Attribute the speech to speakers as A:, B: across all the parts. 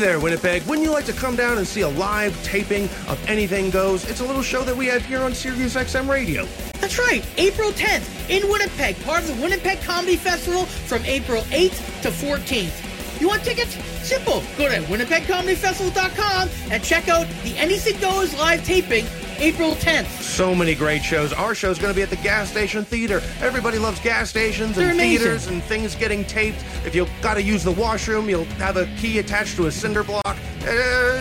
A: there, Winnipeg. Wouldn't you like to come down and see a live taping of Anything Goes? It's a little show that we have here on Sirius XM Radio.
B: That's right, April 10th in Winnipeg, part of the Winnipeg Comedy Festival from April 8th to 14th. You want tickets? Simple. Go to winnipegcomedyfestival.com and check out the Anything Goes live taping April 10th.
A: So many great shows. Our show's going to be at the Gas Station Theater. Everybody loves gas stations
B: They're
A: and
B: amazing.
A: theaters and things getting taped. If you've got to use the washroom, you'll have a key attached to a cinder block. Uh,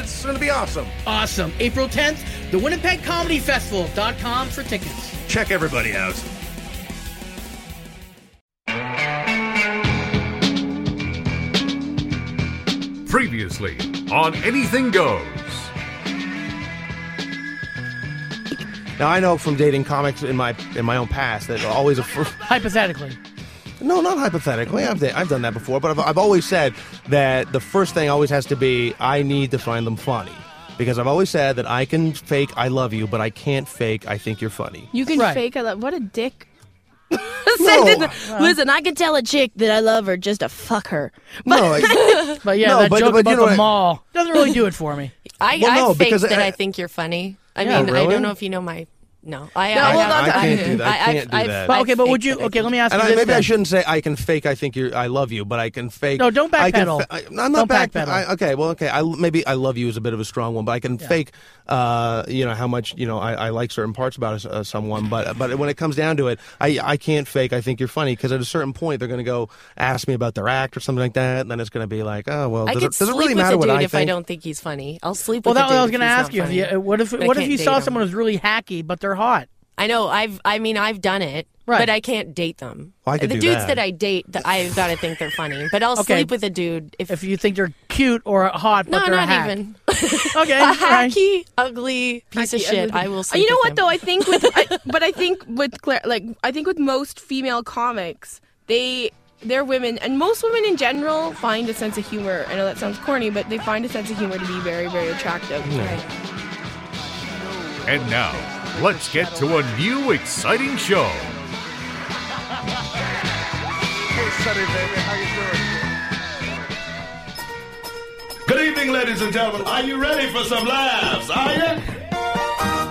A: It's going to be awesome.
B: Awesome. April 10th, the winnipegcomedyfestival.com for tickets.
A: Check everybody out.
C: Previously on Anything Goes.
A: Now I know from dating comics in my in my own past that always a fir-
D: Hypothetically.
A: no, not hypothetically. I've da- I've done that before, but I've, I've always said that the first thing always has to be I need to find them funny because I've always said that I can fake I love you, but I can't fake I think you're funny.
E: You can
D: Right.
E: fake I love. What a dick. Sentence. Listen, I can tell a chick that I love her just to fuck her.
A: No, I-
D: But yeah,
A: No,
D: that
A: but-
D: joke
A: but you
D: about
A: know
D: the
A: what-
D: mall doesn't really do it for me.
F: I,
A: Well, no,
F: I faked
A: because
F: that
A: I-
F: I, think you're funny. I
D: Yeah.
F: mean,
A: Oh,
F: I
A: really?
F: don't know if you know my. No, I,
E: No,
F: I,
E: hold
F: have-
E: on to- I
A: can't do that. I can't do
F: I've-
A: that.
F: I've
D: But okay, but would
F: faked
D: you?
F: that I
D: Okay,
F: think-
D: let me ask
A: and
D: you
A: I,
D: this.
A: maybe I
D: then.
A: shouldn't say I can fake I think you're I love you, but I can fake.
D: No, don't
A: I can
D: backpedal.
A: fa- I, am not
D: Don't
A: back.
D: backpedal.
A: I, okay, well, okay. I, maybe I love you is a bit of a strong one, but I can fake. Uh, you know how much you know I, I like certain parts about uh, someone, but but when it comes down to it, I I can't fake. I think you're funny because at a certain point they're going to go ask me about their act or something like that, and then it's going to be like, oh well,
F: I
A: does
F: could
A: it, does it
F: sleep
A: really
F: with
A: matter
F: a
A: what
F: dude
A: I
F: if
A: think?
F: I don't think he's funny. I'll sleep.
D: Well,
F: with a
D: that what I was
F: dude
D: going to
F: if he's
D: ask
F: not
D: you.
F: funny.
D: Yeah, What if
F: But I
D: what if
F: can't
D: you saw
F: date him.
D: someone who's really hacky but they're hot?
F: I know. I've. I mean, I've done it.
D: Right.
F: But I can't date them.
A: Well, I could
F: the
A: do
F: dudes
A: that.
F: that. I date, that I've got to think they're funny. But I'll
D: Okay.
F: sleep with a dude if.
D: If you think they're cute or hot, but
F: no,
D: they're
F: not
D: hack.
F: even.
D: Okay,
F: a
D: all right.
F: hacky, ugly piece of
E: Hacky,
F: shit.
E: ugly.
F: I will.
E: Uh,
F: Sleep
E: You know
F: with
E: what
F: him.
E: though? I think with, I, but I think with Claire, like I think with most female comics, they they're women, and most women in general find a sense of humor. I know that sounds corny, but they find a sense of humor to be very, very attractive.
C: And now, let's get to a new exciting show.
G: Good evening, ladies and gentlemen. Are you ready for some laughs? Are you?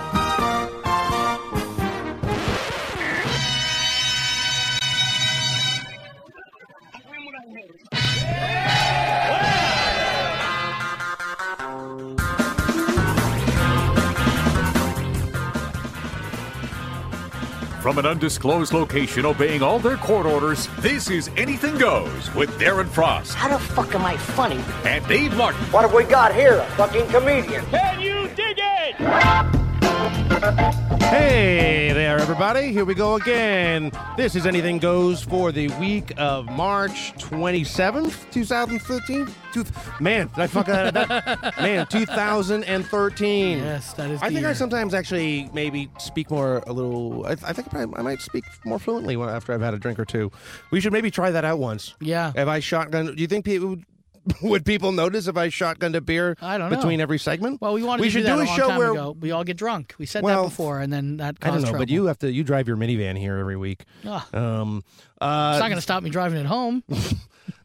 C: From an undisclosed location obeying all their court orders, this is Anything Goes with Darren Frost
H: How the fuck am I funny?
C: and Dave Martin.
I: What have we got here? A fucking comedian.
A: Hey there, everybody. Here we go again. This is Anything Goes for the week of March 27th, 2013. Two- man, did I fuck that up? Man, 2013.
D: Yes, that is.
A: I
D: the
A: think I
D: year.
A: sometimes actually maybe speak more a little. I, I think I, probably, I might speak more fluently when- after I've had a drink or two. We should maybe try that out once.
D: Yeah.
A: Have I shotgun? Do you think people would, would people notice if I shotgunned a beer
D: I don't know.
A: between every segment?
D: Well, we wanted
A: we
D: to
A: should
D: do, that
A: a,
D: a long
A: show
D: time
A: where
D: ago. We all get drunk. We said
A: Well,
D: that before, and then that
A: I
D: caused
A: don't know,
D: trouble.
A: but you have to. You drive your minivan here every week.
D: Ah.
A: Um,
D: It's
A: uh,
D: not going to stop me driving it home.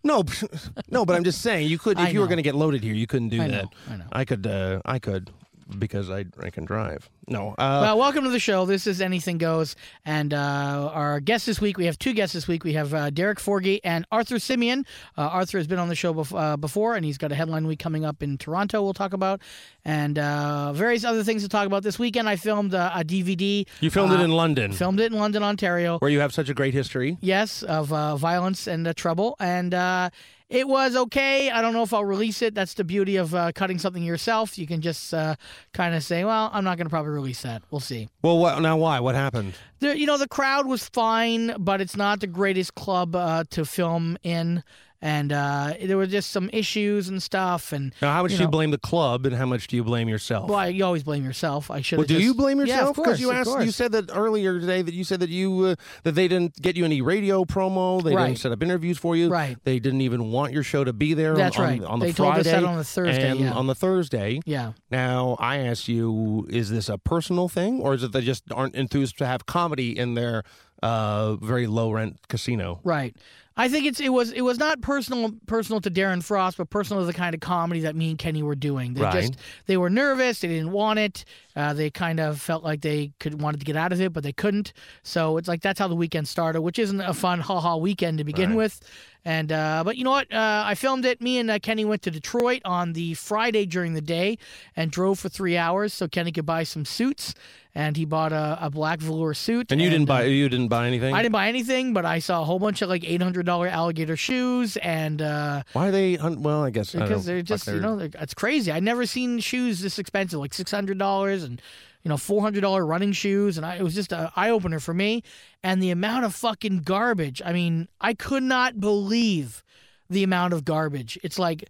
A: no, no, but I'm just saying you could
D: I
A: if you were
D: know.
A: going to get loaded here, you couldn't do
D: I know,
A: that.
D: I know.
A: I could. Uh, I could because I I can drive. No. Uh,
D: Well, welcome to the show. This is Anything Goes, and uh, our guest this week, we have two guests this week. We have uh, Derek Forgy and Arthur Simeon. Uh, Arthur has been on the show bef- uh, before, and he's got a headline week coming up in Toronto. We'll talk about, and uh, various other things to talk about. This weekend, I filmed uh, a DVD.
A: you filmed it
D: uh,
A: in London,
D: Filmed it in London, Ontario.
A: where you have such a great history.
D: Yes, of uh, violence and uh, trouble. And uh, it was okay. I don't know if I'll release it. That's the beauty of uh, cutting something yourself. You can just uh, kind of say, well, I'm not going to probably release that. We'll see.
A: Well, what, now why? What happened?
D: The, you know, the crowd was fine, but it's not the greatest club uh, to film in. And uh, there were just some issues and stuff. And
A: Now, how much
D: You
A: do you
D: know.
A: blame the club, and how much do you blame yourself?
D: well, I, you always blame yourself. I should.
A: Well, do you blame
D: Yeah,
A: yourself?
D: of course.
A: you
D: of
A: asked. You
D: course.
A: said that earlier today that you said that you uh, that they didn't get you any radio promo. They
D: Right.
A: didn't set up interviews for you.
D: Right.
A: They didn't even want your show to be there.
D: That's
A: on,
D: right.
A: On the
D: They told
A: Friday
D: us that on the Thursday,
A: And
D: yeah.
A: on the Thursday.
D: Yeah.
A: Now I asked you: Is this a personal thing, or is it they just aren't enthused to have comedy in their uh, very low rent casino?
D: Right. I think it's it was it was not personal personal to Darren Frost, but personal to the kind of comedy that me and Kenny were doing. They
A: Right.
D: just they were nervous, they didn't want it. Uh, they kind of felt like they could wanted to get out of it, but they couldn't. So it's like that's how the weekend started, which isn't a fun ha ha weekend to begin with. And uh, but you know what? Uh, I filmed it. Me and uh, Kenny went to Detroit on the Friday during the day and drove for three hours so Kenny could buy some suits. And he bought a, a black velour suit.
A: And you didn't
D: uh,
A: buy you didn't buy anything.
D: I didn't buy anything, but I saw a whole bunch of like eight hundred dollar alligator shoes, and uh,
A: Why are they? Un- well, I guess I don't
D: because they're
A: fuck,
D: just you
A: they're-
D: know they're, it's crazy. I never seen shoes this expensive, like six hundred dollars and you know four hundred dollar running shoes, and I, it was just an eye opener for me. And the amount of fucking garbage. I mean, I could not believe the amount of garbage. It's like.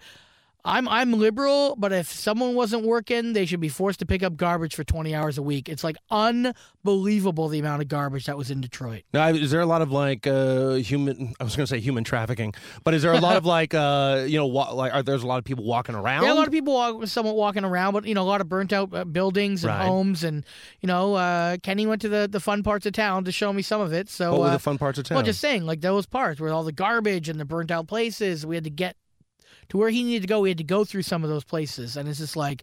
D: I'm I'm liberal, but if someone wasn't working, they should be forced to pick up garbage for 20 hours a week. It's like unbelievable the amount of garbage that was in Detroit.
A: Now, is there a lot of like uh, human? I was going to say human trafficking, but is there a lot of like uh, you know wa- like are there's a lot of people walking around?
D: Yeah, a lot of people walk, somewhat walking around, but you know, a lot of burnt out uh, buildings and
A: Right.
D: homes, and you know, uh, Kenny went to the, the fun parts of town to show me some of it. So,
A: What were
D: uh,
A: the fun parts of town?
D: well, just saying, like those parts where all the garbage and the burnt out places, we had to get to where he needed to go. We had to go through some of those places, and it's just like.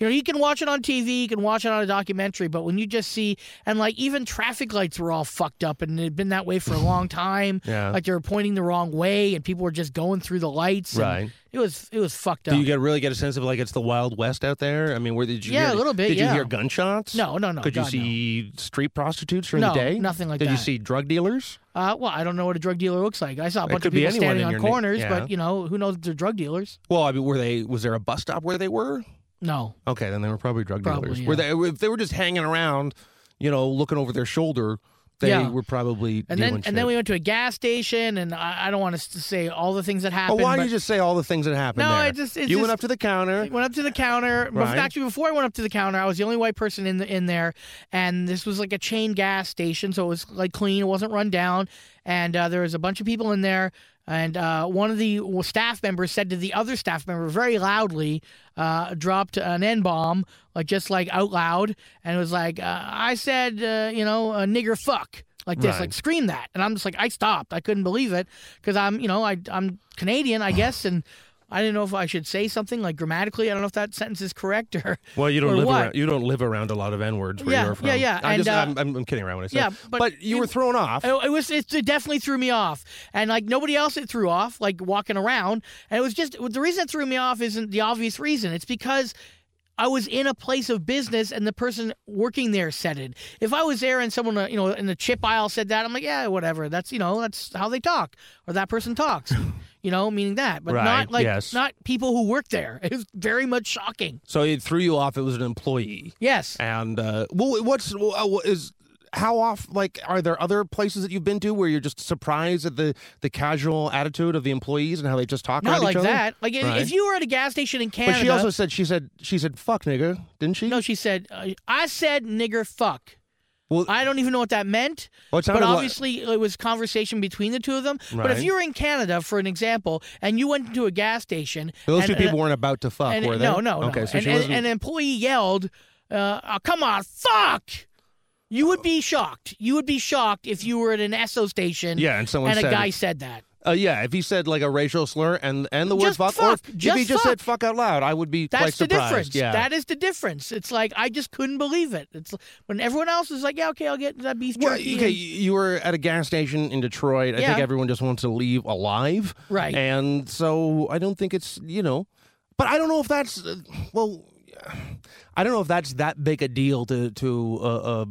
D: You know, you can watch it on TV, you can watch it on a documentary, but when you just see, and like even traffic lights were all fucked up and it had been that way for a long time.
A: Yeah.
D: Like they were pointing the wrong way and people were just going through the lights. and
A: Right.
D: It was it was fucked up.
A: Do you get really get a sense of like it's the Wild West out there? I mean, where did you?
D: Yeah,
A: hear,
D: a little bit,
A: Did
D: yeah.
A: you hear gunshots?
D: No, no, no,
A: Could
D: God, no.
A: you see street prostitutes during
D: No,
A: the day?
D: nothing like
A: did
D: that.
A: you see drug dealers?
D: Uh, well, I don't know what a drug dealer looks like. I saw a bunch of
A: could be
D: people
A: anyone
D: standing
A: in
D: on
A: your neigh-
D: corners,
A: yeah.
D: but you know, who knows if they're drug dealers?
A: Well, I mean, were they? Was there a bus stop where they were?
D: No.
A: Okay, then they were probably drug
D: Probably,
A: dealers. Were they? If they were just hanging around, you know, looking over their shoulder, they
D: Yeah.
A: were probably.
D: And then
A: doing
D: and
A: shit.
D: then we went to a gas station, and I, I don't want to s- say all the things that
A: But
D: happened.
A: why
D: but
A: don't you just say all the things that happened?
D: No,
A: there?
D: it just- it's
A: you
D: just-
A: went up to the counter.
D: I went up to the counter. Bef-
A: Right.
D: Actually, before I went up to the counter, I was the only white person in the in there, and this was like a chain gas station, so it was like clean. It wasn't run down, and uh, there was a bunch of people in there. And uh, one of the staff members said to the other staff member very loudly, uh, dropped an N bomb, like just like out loud, and it was like, uh, "I said, uh, you know, a nigger fuck." Like this,
A: Right.
D: like scream that, and I'm just like I stopped. I couldn't believe it because I'm, you know, I I'm Canadian, I guess, and I didn't know if I should say something like grammatically. I don't know if that sentence is correct or
A: Well, you don't
D: or
A: live
D: what.
A: around you don't live around a lot of n words where
D: Yeah,
A: you're from.
D: yeah, yeah,
A: I
D: and,
A: just,
D: uh,
A: I'm, I'm, I'm kidding around when I said.
D: yeah, but
A: but, you
D: it-
A: were thrown off.
D: It, it was. It, it definitely threw me off, and like nobody else, it threw off. Like walking around, and it was just the reason it threw me off isn't the obvious reason. It's because. I was in a place of business, and the person working there said it. If I was there and someone, uh, you know, in the chip aisle said that, I'm like, yeah, whatever. That's you know, that's how they talk, or that person talks, you know, meaning that, but not
A: Right,
D: like
A: yes.
D: not people who work there. It was very much shocking.
A: so it threw you off. It was an employee.
D: Yes.
A: And uh, well, what's well, uh, what is how off? Like, are there other places that you've been to where you're just surprised at the the casual attitude of the employees and how they just talk
D: Not
A: around
D: like
A: each other?
D: that. Like if, if
A: Right.
D: you were at a gas station in
A: But
D: Canada.
A: she also said she said she said fuck nigga, didn't she?
D: no, she said, uh, "I said nigger fuck."
A: Well-
D: I don't even know what that meant.
A: Well, it
D: but
A: sounded like-
D: obviously, it was conversation between the two of them. But if
A: Right.
D: you were in Canada, for an example, and you went into a gas station,
A: Those
D: and,
A: two people
D: and-
A: weren't about to fuck,
D: and- uh,
A: were they?
D: No, no, no.
A: Okay, so
D: and,
A: she
D: and-
A: wasn't.
D: and an employee yelled, uh, oh, "Come on, fuck!" You would be shocked. You would be shocked if you were at an Esso station.
A: Yeah, and someone
D: and a
A: said-
D: guy said that.
A: Uh, yeah, if he said like a racial slur and and the word
D: Just
A: fuck, or
D: fuck,
A: if
D: just
A: he just said
D: fuck.
A: fuck out loud, I would be quite
D: That's the
A: surprised.
D: difference.
A: Yeah.
D: That is the difference. It's like I just couldn't believe it. It's when everyone else is like, "Yeah, okay, I'll get that beef jerky."
A: well, okay,
D: and-
A: you were at a gas station in Detroit. I think
D: Yeah.
A: everyone just wants to leave alive.
D: Right.
A: And so I don't think it's, you know, but I don't know if that's, uh, well, I don't know if that's that big a deal to, to, uh, uh,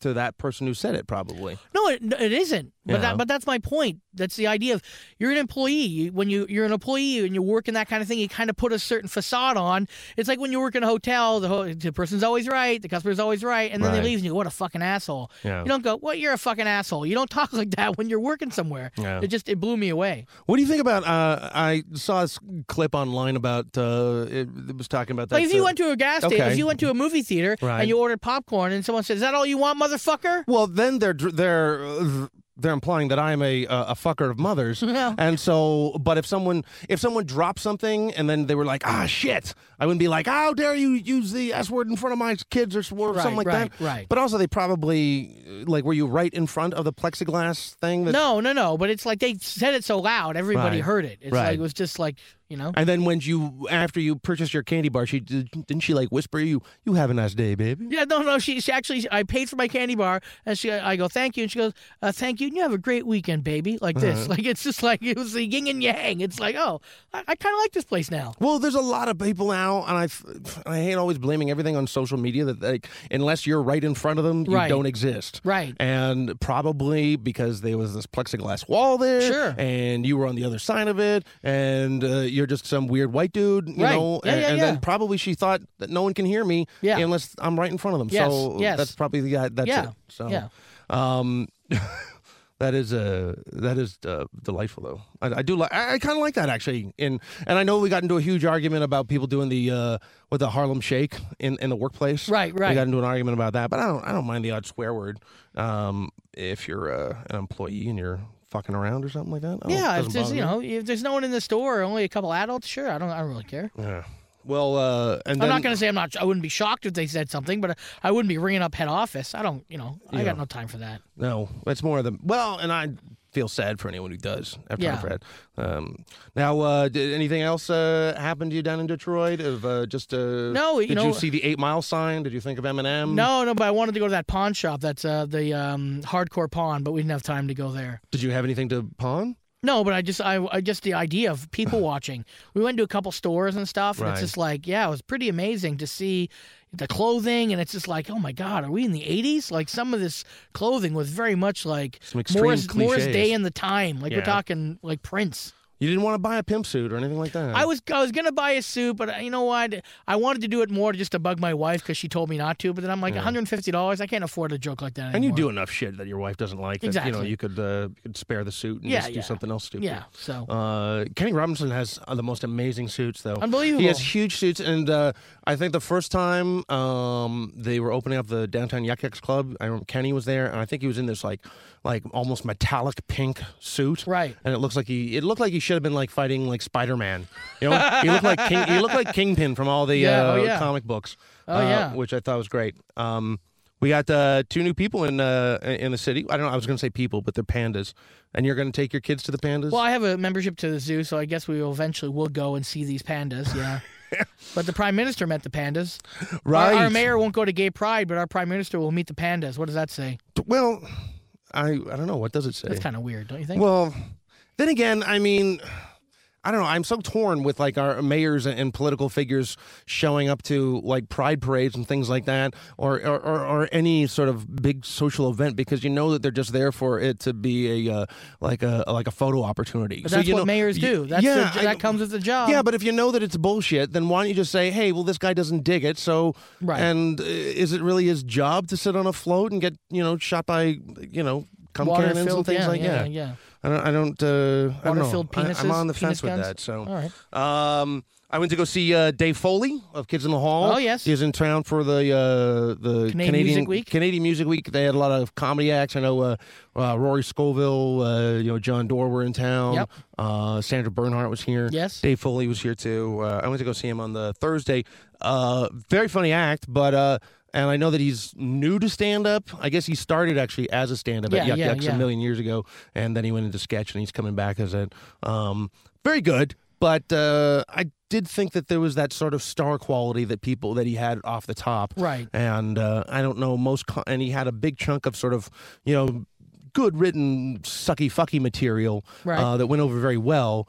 A: to that person who said it, probably.
D: No, it, no, it isn't. But
A: Yeah.
D: that, but that's my point. That's the idea of you're an employee. You, when you you're an employee and you work in that kind of thing, you kind of put a certain facade on. It's like when you work in a hotel, the, ho- the person's always right, the customer's always right, and then they
A: Right.
D: leave and you go, "What a fucking asshole."
A: Yeah.
D: You don't go, "Well, you're a fucking asshole." You don't talk like that when you're working somewhere.
A: Yeah.
D: It just it blew me away.
A: What do you think about? Uh, I saw this clip online about uh, it, it was talking about that.
D: Like if you
A: uh,
D: went to a gas station,
A: okay.
D: if you went to a movie theater
A: Right.
D: and you ordered popcorn, and someone says, "Is that all you want, motherfucker?"
A: Well, then they're dr- they're uh, they're implying that I'm a uh, a fucker of mothers. And so, but if someone if someone dropped something and then they were like, ah, shit, I wouldn't be like, how dare you use the s word in front of my kids or, s- or something like
D: right,
A: that.
D: right.
A: But also, they probably uh, like were you right in front of the plexiglass thing? That,
D: No, no, no. But it's like they said it so loud, everybody
A: Right.
D: heard it. It's
A: Right.
D: like it was just like you know.
A: And then when you after you purchased your candy bar, she did, didn't she like whisper you, you have a nice day, baby.
D: Yeah, no, no. She, she actually, I paid for my candy bar, and she, I go, thank you, and she goes, uh, thank you, and you have a great weekend, baby. Like this,
A: Uh-huh.
D: like it's just like it was the yin and yang. It's like, oh, I, I kind of like this place now.
A: Well, there's a lot of people now, and I, f- I hate always blaming everything on social media that like unless you're right in front of them, you
D: Right.
A: don't exist.
D: Right.
A: And probably because there was this plexiglass wall there,
D: Sure.
A: and you were on the other side of it, and uh, you're just some weird white dude, you
D: Right.
A: know.
D: Yeah,
A: and
D: yeah,
A: and
D: yeah.
A: then probably she thought that no one can hear me
D: Yeah.
A: unless I'm right in front of them.
D: Yes,
A: So
D: yes.
A: that's probably the guy. That's it.
D: Yeah,
A: So
D: yeah.
A: um, that is uh, that is uh, delightful though. I, I do like. I, I kind of like that actually. And and I know we got into a huge argument about people doing the uh, with the Harlem Shake in, in the workplace.
D: Right,
A: We
D: right.
A: got into an argument about that, but I don't I don't mind the odd swear word um, if you're uh, an employee and you're fucking around or something like that. I don't-
D: yeah,
A: doesn't
D: if there's
A: bother
D: you
A: me.
D: know, if there's no one in the store, only a couple adults, sure, I don't, I don't really care.
A: Yeah. Well, uh, and
D: I'm not gonna say I'm not. I wouldn't be shocked if they said something, but uh, I wouldn't be ringing up head office. I don't, you know, I got no time for that.
A: No, that's more of the well, and I feel sad for anyone who does have time
D: Yeah.
A: for that. Um, now, uh, did anything else uh, happen to you down in Detroit? Of uh, just uh,
D: No, you
A: did
D: know-
A: you see the Eight Mile sign? Did you think of Eminem?
D: No, no, but I wanted to go to that pawn shop. That's uh, the um, hardcore pawn, but we didn't have time to go there.
A: Did you have anything to pawn?
D: No, but I just I, I just the idea of people watching. We went to a couple stores and stuff, and
A: Right.
D: it's just like, yeah, it was pretty amazing to see the clothing, and it's just like, oh my god, are we in the '80s? Like some of this clothing was very much like
A: Some extreme
D: Morris, Morris
A: cliches.
D: Day in the time. Like
A: Yeah.
D: we're talking like Prince.
A: You didn't want to buy a pimp suit or anything like that.
D: I was I was gonna buy a suit, but uh, you know what? I wanted to do it more just to bug my wife because she told me not to. But then I'm like, 150 dollars. I can't afford a joke like that.
A: and you
D: anymore.
A: do enough shit that your wife doesn't like. That, You know,
D: Exactly.
A: you could, uh, you could spare the suit and
D: Yeah,
A: just do
D: yeah.
A: something else stupid.
D: Yeah, so-
A: uh, Kenny Robinson has uh, the most amazing suits, though.
D: Unbelievable.
A: He has huge suits, and uh, I think the first time um, they were opening up the downtown Yuck Yucks Club, I remember Kenny was there, and I think he was in this like, like almost metallic pink suit.
D: Right.
A: And it looks like he, it looked like he should have been like fighting like Spider Man. You know, he looked like King, he looked like Kingpin from all the
D: Yeah,
A: uh,
D: oh, yeah.
A: comic books.
D: Oh,
A: uh,
D: yeah.
A: which I thought was great. Um, we got uh, two new people in uh, in the city. I don't know. I was going to say people, but they're pandas. And you're going to take your kids to the pandas?
D: Well, I have a membership to the zoo, so I guess we will eventually will go and see these pandas. Yeah. but the prime minister met the pandas. Our,
A: right.
D: our mayor won't go to gay pride, but our prime minister will meet the pandas. What does that say?
A: Well, I I don't know. What does it say?
D: That's kind of weird, don't you think?
A: Well, then again, I mean, I don't know. I'm so torn with like our mayors and, and political figures showing up to like pride parades and things like that, or or, or, or any sort of big social event because you know that they're just there for it to be a uh, like a like a photo opportunity.
D: but
A: So,
D: that's
A: you
D: what
A: know-
D: mayors
A: y-
D: do. That's
A: yeah, I-
D: their- that comes with the job.
A: Yeah, but if you know that it's bullshit, then why don't you just say, "Hey, well, this guy doesn't dig it." So,
D: Right.
A: and uh, is it really his job to sit on a float and get you know shot by you know cum
D: Water
A: cannons and
D: filled-
A: things
D: yeah,
A: like
D: yeah,
A: that?
D: yeah.
A: I don't. I don't. Uh, I don't know.
D: Water-filled
A: I- I'm
D: penises?
A: on the
D: Penis
A: fence with
D: guns?
A: that. So,
D: All
A: Um, I went to go see uh, Dave Foley of Kids in the Hall.
D: Oh, yes.
A: he's in town for the uh, the
D: Canadian Music Week?
A: Canadian Music Week. They had a lot of comedy acts. I know uh, uh, Rory Scoville, uh, you know John Doerr were in town.
D: Yep.
A: Uh, Sandra Bernhardt was here.
D: Yes.
A: Dave Foley was here too. Uh, I went to go see him on the Thursday. Uh, very funny act, but. Uh, and I know that he's new to stand up. I guess he started actually as a stand up at
D: Yeah,
A: Yuck
D: yeah,
A: Yucks
D: yeah.
A: a million years ago. And then he went into sketch and he's coming back as it. Um, very good. But uh, I did think that there was that sort of star quality that people that he had off the top.
D: Right.
A: And uh, I don't know, most. co and he had a big chunk of sort of, you know, good written sucky fucky material
D: Right.
A: uh, that went over very well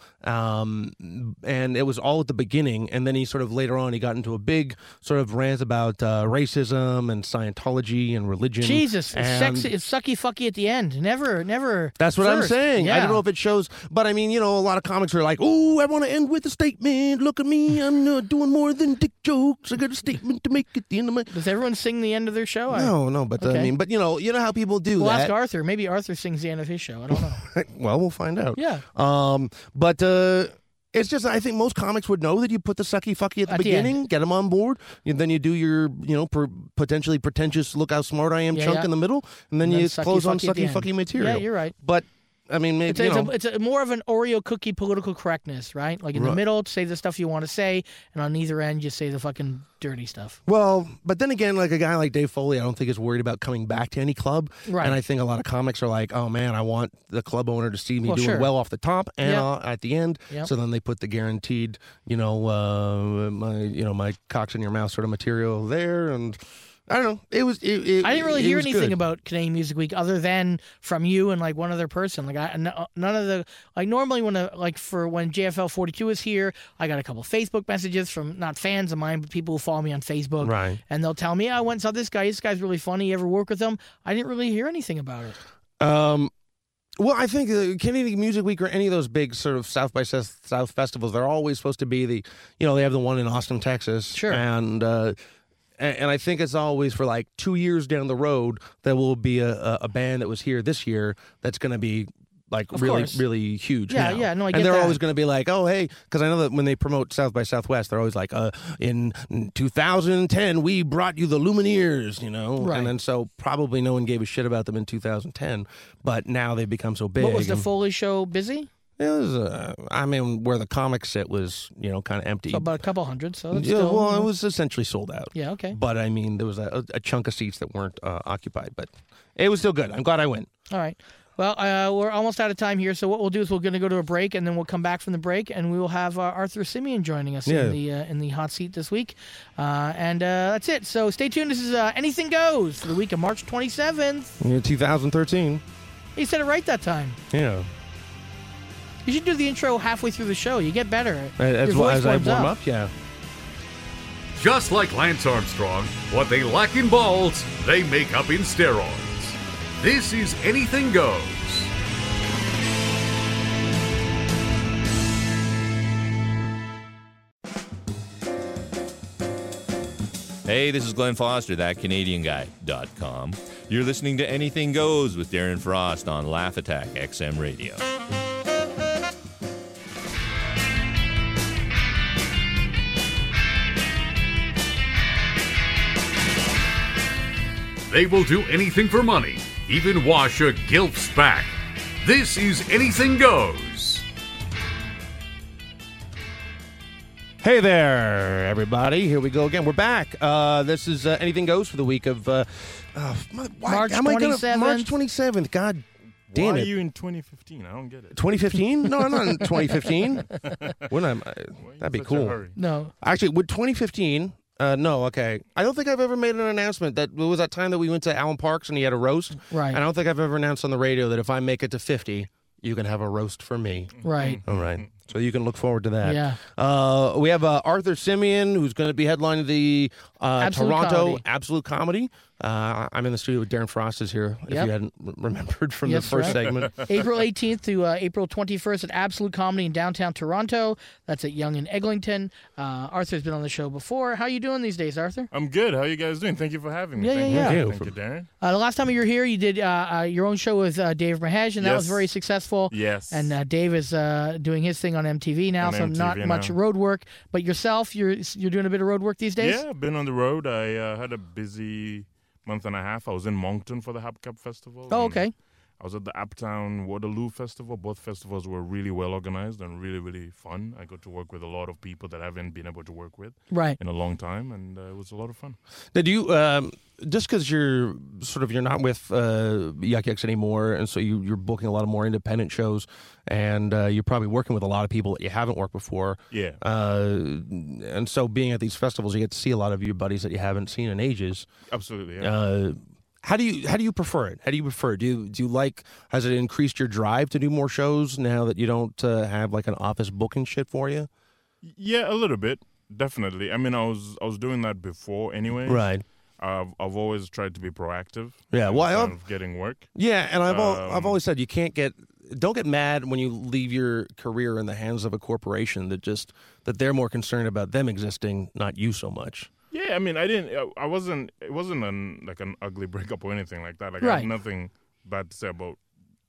A: um, and it was all at the beginning and then he sort of later on he got into a big sort of rant about uh, racism and scientology and religion
D: Jesus, it's
A: and-
D: sexy, it's sucky fucky at the end. Never, never.
A: that's what
D: first.
A: I'm saying.
D: Yeah.
A: I don't know if it shows, but I mean, you know, a lot of comics are like, "Oh, I want to end with a statement. Look at me, I'm uh, doing more than dick jokes. I got a statement to make at the end of my."
D: Does everyone sing the end of their show? I,
A: No, no, but uh, I
D: Okay.
A: mean, but you know, you know how people do
D: We'll
A: that.
D: ask Arthur. Maybe Arthur sings the end of his show. I don't know.
A: well, we'll find out.
D: Yeah.
A: Um, but uh, It's just I think most comics would know that you put the sucky fucky at the
D: At the
A: beginning, get them on board, and then you do your you know per, potentially pretentious look how smart I am
D: Yeah,
A: chunk
D: yeah.
A: in the middle, and then
D: And then
A: you
D: sucky
A: close on
D: fucky at the
A: sucky
D: end.
A: fucky material.
D: Yeah, you're right.
A: But I mean, maybe
D: It's,
A: you
D: it's,
A: know,
D: a, it's a more of an Oreo cookie political correctness, right? Like in the
A: Right.
D: middle, say the stuff you want to say, and on either end, you say the fucking dirty stuff.
A: Well, but then again, like a guy like Dave Foley, I don't think is worried about coming back to any club.
D: Right.
A: And I think a lot of comics are like, oh man, I want the club owner to see me
D: Well,
A: doing
D: sure.
A: well off the top and
D: Yeah.
A: uh, at the end.
D: Yeah.
A: So then they put the guaranteed, you know, uh, my you know my cocks in your mouth sort of material there, and I don't know. It was. It, it,
D: I didn't really
A: it
D: hear
A: was
D: anything
A: good.
D: about Canadian Music Week other than from you and like one other person. Like I, n- uh, none of the like normally when a, like for when JFL 42 is here, I got a couple Facebook messages from not fans of mine, but people who follow me on Facebook,
A: Right.
D: And they'll tell me "Oh, I went and saw this guy. This guy's really funny. You ever work with him? I didn't really hear anything about it.
A: Um, well, I think uh, Canadian Music Week or any of those big sort of South by South, South festivals, they're always supposed to be the, you know, they have the one in Austin, Texas,
D: Sure.
A: and uh, a- and I think it's always for like two years down the road there will be a, a, a band that was here this year that's going to be like
D: Of
A: really
D: course.
A: really huge.
D: Yeah,
A: now.
D: yeah, no, I get
A: and they're
D: that.
A: always going to be like, oh hey, because I know that when they promote South by Southwest, they're always like, uh, in 2010 we brought you the Lumineers, you know,
D: Right.
A: and then so probably no one gave a shit about them in 2010, but now they've become so big.
D: What was the
A: and-
D: Foley show busy?
A: it was, uh, I mean, where the comic sit was, you know, kind of empty.
D: So about a couple hundred. So that's
A: yeah,
D: still,
A: well, it was essentially sold out.
D: Yeah, okay.
A: But I mean, there was a, a chunk of seats that weren't uh, occupied, but it was still good. I'm glad I went.
D: All right. Well, uh, we're almost out of time here, so what we'll do is we're going to go to a break, and then we'll come back from the break, and we will have uh, Arthur Simeon joining us
A: Yeah.
D: in the uh, in the hot seat this week, uh, and uh, that's it. So stay tuned. This is uh, Anything Goes for the week of March 27th.
A: Yeah, 2013.
D: He said it right that time.
A: Yeah.
D: You should do the intro halfway through the show. You get better.
A: Uh, As,
D: Your
A: well
D: voice
A: as I
D: warms
A: warm up. yeah.
C: Just like Lance Armstrong, what they lack in balls, they make up in steroids. This is Anything Goes.
H: Hey, this is Glenn Foster, thatcanadianguy.com. You're listening to Anything Goes with Darren Frost on Laugh Attack XM Radio.
C: They will do anything for money, even wash a gilf's back. This is Anything Goes.
A: Hey there, everybody. Here we go again. We're back. Uh, this is uh, Anything Goes for the week of uh, uh, my- why,
D: March
A: am I gonna-
D: 27th.
A: March 27th. God damn
J: Why
A: it.
J: are you in 2015? I don't get it.
A: 2015? No, I'm not in 2015. When I'm, I- that'd be
J: Such a
A: cool.
J: hurry.
D: No.
A: Actually, would 2015? Uh, no, okay. I don't think I've ever made an announcement. That what was that time that we went to Alan Parks and he had a roast.
D: Right.
A: And I don't think I've ever announced on the radio that if I make it to 50, you can have a roast for me.
D: Right.
A: All right. Mm-hmm. So you can look forward to that.
D: Yeah.
A: Uh, we have uh, Arthur Simeon, who's going to be headlining the uh,
D: Absolute
A: Toronto
D: Comedy.
A: Absolute Comedy. Uh, I'm in the studio with Darren Frost is here. If
D: Yep.
A: you hadn't re- remembered from
D: Yes,
A: the first
D: right.
A: segment.
D: April 18th through uh, April 21st at Absolute Comedy in downtown Toronto. That's at Young and Eglinton. Uh, Arthur's been on the show before. How you doing these days, Arthur?
J: I'm good. How you guys doing? Thank you for having me.
D: Yeah,
J: Thank
D: yeah,
J: you.
A: yeah.
J: Thank you, Darren.
D: Uh, the last time you were here, you did uh, uh, your own show with uh, Dave Mahesh, and that was
J: Yes.
D: very successful.
J: Yes.
D: And uh, Dave is uh, doing his thing on MTV now,
J: On
D: so not
J: MTV
D: much
J: now.
D: road work. But yourself, you're you're doing a bit of road work these days.
J: Yeah, I've been on the road. I uh, had a busy month and a half. I was in Moncton for the Hubcap Festival.
D: Oh,
J: and
D: okay.
J: I was at the Uptown Waterloo Festival. Both festivals were really well organized and really, really fun. I got to work with a lot of people that I haven't been able to work with
D: Right.
J: in a long time, and uh, it was a lot of fun.
A: Now, do you um, just because you're sort of you're not with uh, Yuck Yucks anymore, and so you, you're booking a lot of more independent shows, and uh, you're probably working with a lot of people that you haven't worked before.
J: Yeah.
A: Uh, and so being at these festivals, you get to see a lot of your buddies that you haven't seen in ages.
J: Absolutely. Yeah.
A: Uh, how do you how do you prefer it? How do you prefer? It? Do you, do you like? Has it increased your drive to do more shows now that you don't uh, have like an office booking shit for you?
J: yeah, a little bit. Definitely. I mean, I was I was doing that before anyway. I've I've always tried to be proactive.
A: Yeah,
J: in
A: well, I
J: terms
A: al-
J: of getting work.
A: Yeah, and I've al- I've
J: Um,
A: always said you can't get don't get mad when you leave your career in the hands of a corporation that just that they're more concerned about them existing, not you so much.
J: Yeah, I mean, I didn't. I- I wasn't. It wasn't an like an ugly breakup or anything like that. Like I
D: Right.
J: have nothing bad to say about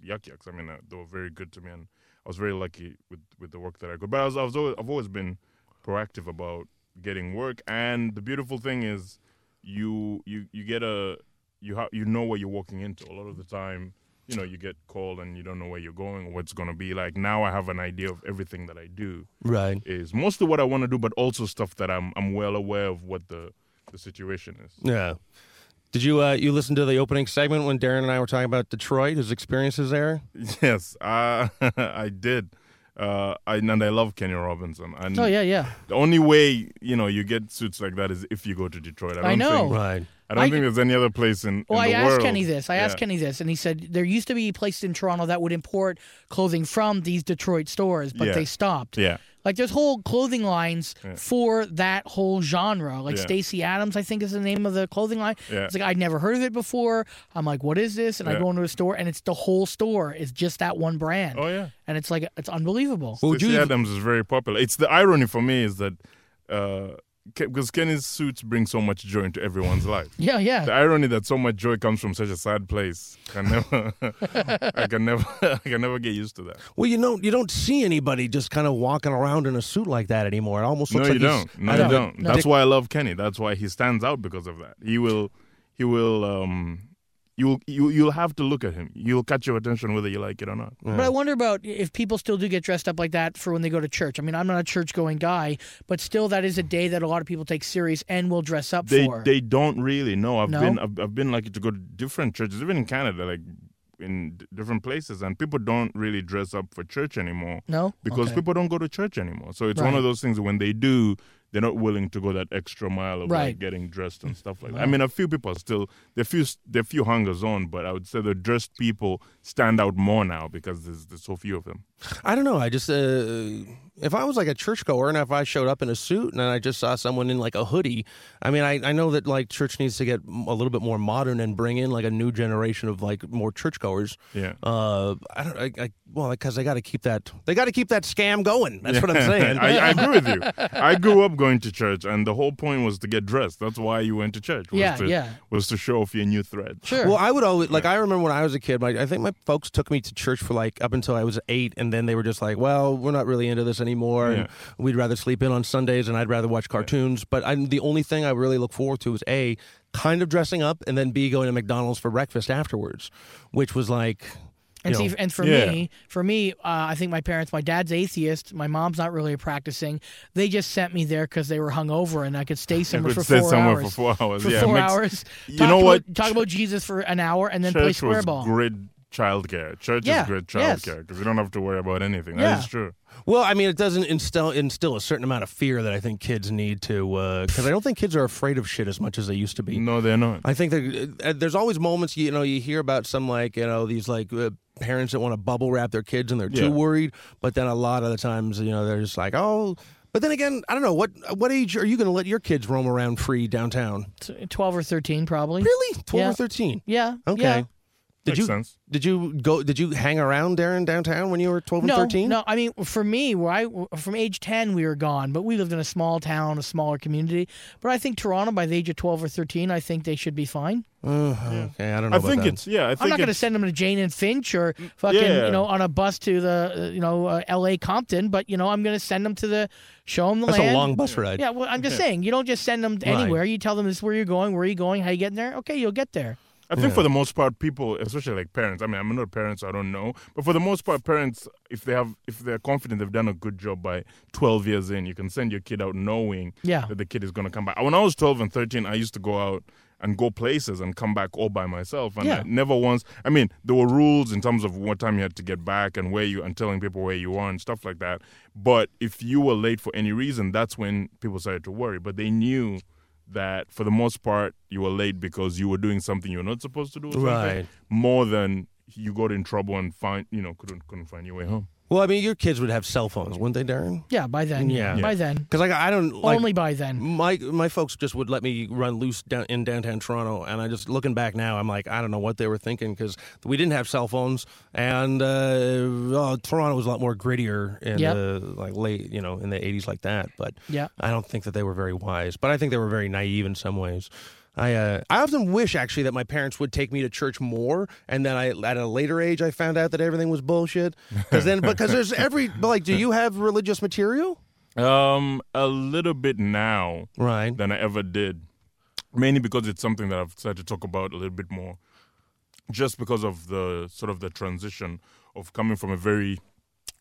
J: Yuck Yucks. I mean, uh, they were very good to me, and I was very lucky with, with the work that I got. But I was, I was always, I've always been proactive about getting work. And the beautiful thing is, you you you get a you ha- you know what you're walking into. A lot of the time, you know, you get called and you don't know where you're going or what's going to be like. Now I have an idea of everything that I do.
A: Right.
J: Is mostly what I want to do, but also stuff that I'm I'm well aware of what the the situation is.
A: Yeah. Did you uh, you listen to the opening segment when Darren and I were talking about Detroit, his experiences there?
J: Yes, uh, I did. Uh, I, and I love Kenny Robinson. And
D: Oh, yeah, yeah.
J: The only way you know you get suits like that is if you go to Detroit. I,
D: I
J: don't
D: know.
J: Think,
D: Right.
J: I don't
D: I-
J: think there's any other place in,
D: Well,
J: in
D: I
J: the
D: asked
J: world.
D: Kenny this. I asked
J: Yeah.
D: Kenny this, and he said there used to be places in Toronto that would import clothing from these Detroit stores, but
J: Yeah.
D: they stopped.
J: Yeah.
D: Like there's whole clothing lines
J: Yeah.
D: for that whole genre. Like
J: Yeah.
D: Stacy Adams, I think is the name of the clothing line.
J: Yeah.
D: It's like I'd never heard of it before. I'm like, what is this? And I
J: Yeah.
D: go into a store, and it's the whole store. It's just that one brand.
J: Oh, yeah.
D: And it's like it's unbelievable.
J: Stacey Adams is very popular. It's the irony for me is that because Kenny's suits bring so much joy into everyone's life.
D: Yeah, yeah.
J: The irony that so much joy comes from such a sad place. Can never, I can never, I can never get used to that.
A: Well, you don't you don't see anybody just kind of walking around in a suit like that anymore. It almost
J: No,
A: looks
J: you
A: like he's
J: don't. No,
A: out
J: you
A: of a
J: don't. That's why I love Kenny. That's why he stands out because of that. He will, he will, um, you'll, you, you'll have to look at him. You'll catch your attention whether you like it or not.
D: But I wonder about if people still do get dressed up like that for when they go to church. I mean, I'm not a church going guy, but still, that is a day that a lot of people take serious and will dress up
J: they
D: for.
J: they don't really know. I've
D: No?
J: been I've, I've been lucky to go to different churches, even in Canada, like in d- different places, and people don't really dress up for church anymore.
D: No?
J: because
D: Okay.
J: people don't go to church anymore. So it's one
D: Right.
J: of those things that when they do, they're not willing to go that extra mile of
D: Right.
J: like getting dressed and stuff like that.
D: Wow.
J: I mean, a few people are still there. Few s- there are few hangers on, but I would say the dressed people stand out more now because there's, there's so few of them.
A: I don't know. I just uh, if I was like a churchgoer and if I showed up in a suit and I just saw someone in like a hoodie, I mean, I, I know that like church needs to get m- a little bit more modern and bring in like a new generation of like more churchgoers.
J: Yeah.
A: Uh, I don't. I, I well, because they got to keep that. They got to keep that scam going. That's what I'm saying.
J: I, I agree with you. I grew up going to church, and the whole point was to get dressed. That's why you went to church. Was
A: Yeah,
J: to,
A: yeah.
J: Was to show off your new thread.
A: Well, I would always like. I remember when I was a kid. My, I think my folks took me to church for like up until I was eight, and then they were just like, "Well, we're not really into this anymore, and we'd rather sleep in on Sundays, and I'd rather watch cartoons." But I, the only thing I really look forward to is a kind of dressing up, and then b going to McDonald's for breakfast afterwards, which was like.
D: And
A: you know-
D: see, and for me, for me, uh, I think my parents, my dad's atheist, my mom's not really practicing. They just sent me there because they were hungover and I could stay somewhere
J: could
D: for
J: stay
D: four
J: somewhere
D: hours.
J: for four hours.
D: For
J: Yeah,
D: four
J: makes-
D: hours.
J: you
D: Talk
J: know
D: about-
J: what?
D: Talk about Jesus for an hour and then play
J: church
D: square
J: was
D: ball.
J: great childcare. Church
D: Yeah,
J: is great
D: yes.
J: childcare because you don't have to worry about anything.
A: Yeah.
J: That is true.
A: Well, I mean, it doesn't instill instill a certain amount of fear that I think kids need to, because I don't think kids are afraid of shit as much as they used to be.
J: No, they're not.
A: I think that, uh, there's always moments you know you hear about some like you know these like uh, parents that want to bubble wrap their kids and they're
J: Yeah.
A: too worried, but then a lot of the times you know they're just like oh. But then again, I don't know what what age are you going to let your kids roam around free downtown?
D: T- Twelve or thirteen, probably.
A: Really? Twelve
D: Yeah.
A: or thirteen?
D: Yeah.
A: Okay.
D: yeah.
A: Did
D: Makes
A: you
J: sense.
A: did you go? Did you hang around Darren downtown when you were twelve
D: no,
A: or thirteen?
D: No, I mean for me, where I from age ten we were gone, but we lived in a small town, a smaller community. But I think Toronto by the age of twelve or thirteen, I think they should be fine.
A: Okay, I don't know.
J: I
A: about
J: think
A: that.
J: it's yeah. I think
D: I'm not going to
J: it's-
D: send them to Jane and Finch or fucking
J: Yeah.
D: you know on a bus to the uh, you know uh, L.A. Compton, but you know I'm going to send them to the show them the
A: That's a
D: land.
A: long bus ride.
D: Yeah, well I'm just
A: Yeah.
D: saying you don't just send them
A: Right.
D: anywhere. You tell them this is where you're going, where you going, how you getting there. Okay, you'll get there.
J: I think for the most part, people, especially like parents. I mean, I'm not parents, so I don't know. But for the most part, parents, if they have, if they're confident they've done a good job by 12 years in, you can send your kid out knowing
D: Yeah.
J: that the kid is going to come back. When I was 12 and 13, I used to go out and go places and come back all by myself, and
D: Yeah.
J: I never once. I mean, there were rules in terms of what time you had to get back and where you and telling people where you are and stuff like that. But if you were late for any reason, that's when people started to worry. But they knew that for the most part you were late because you were doing something you were not supposed to do or something,
A: Right.
J: more than you got in trouble and find you know couldn't couldn't find your way home
A: Well, I mean, your kids would have cell phones, wouldn't they, Darren?
D: Yeah, by then.
A: Yeah.
D: by then.
A: Because like I don't like,
D: Only by then.
A: My my folks just would let me run loose down in downtown Toronto, and I just looking back now, I'm like I don't know what they were thinking because we didn't have cell phones, and uh, oh, Toronto was a lot more grittier in
D: Yep.
A: the like late you know in the 80s like that. But
D: Yeah.
A: I don't think that they were very wise, but I think they were very naive in some ways. I uh, I often wish actually that my parents would take me to church more, and then I at a later age I found out that everything was bullshit. Because then because there's every but, like, do you have religious material?
J: Um, a little bit now,
A: right,
J: than I ever did, mainly because it's something that I've tried to talk about a little bit more, just because of the sort of the transition of coming from a very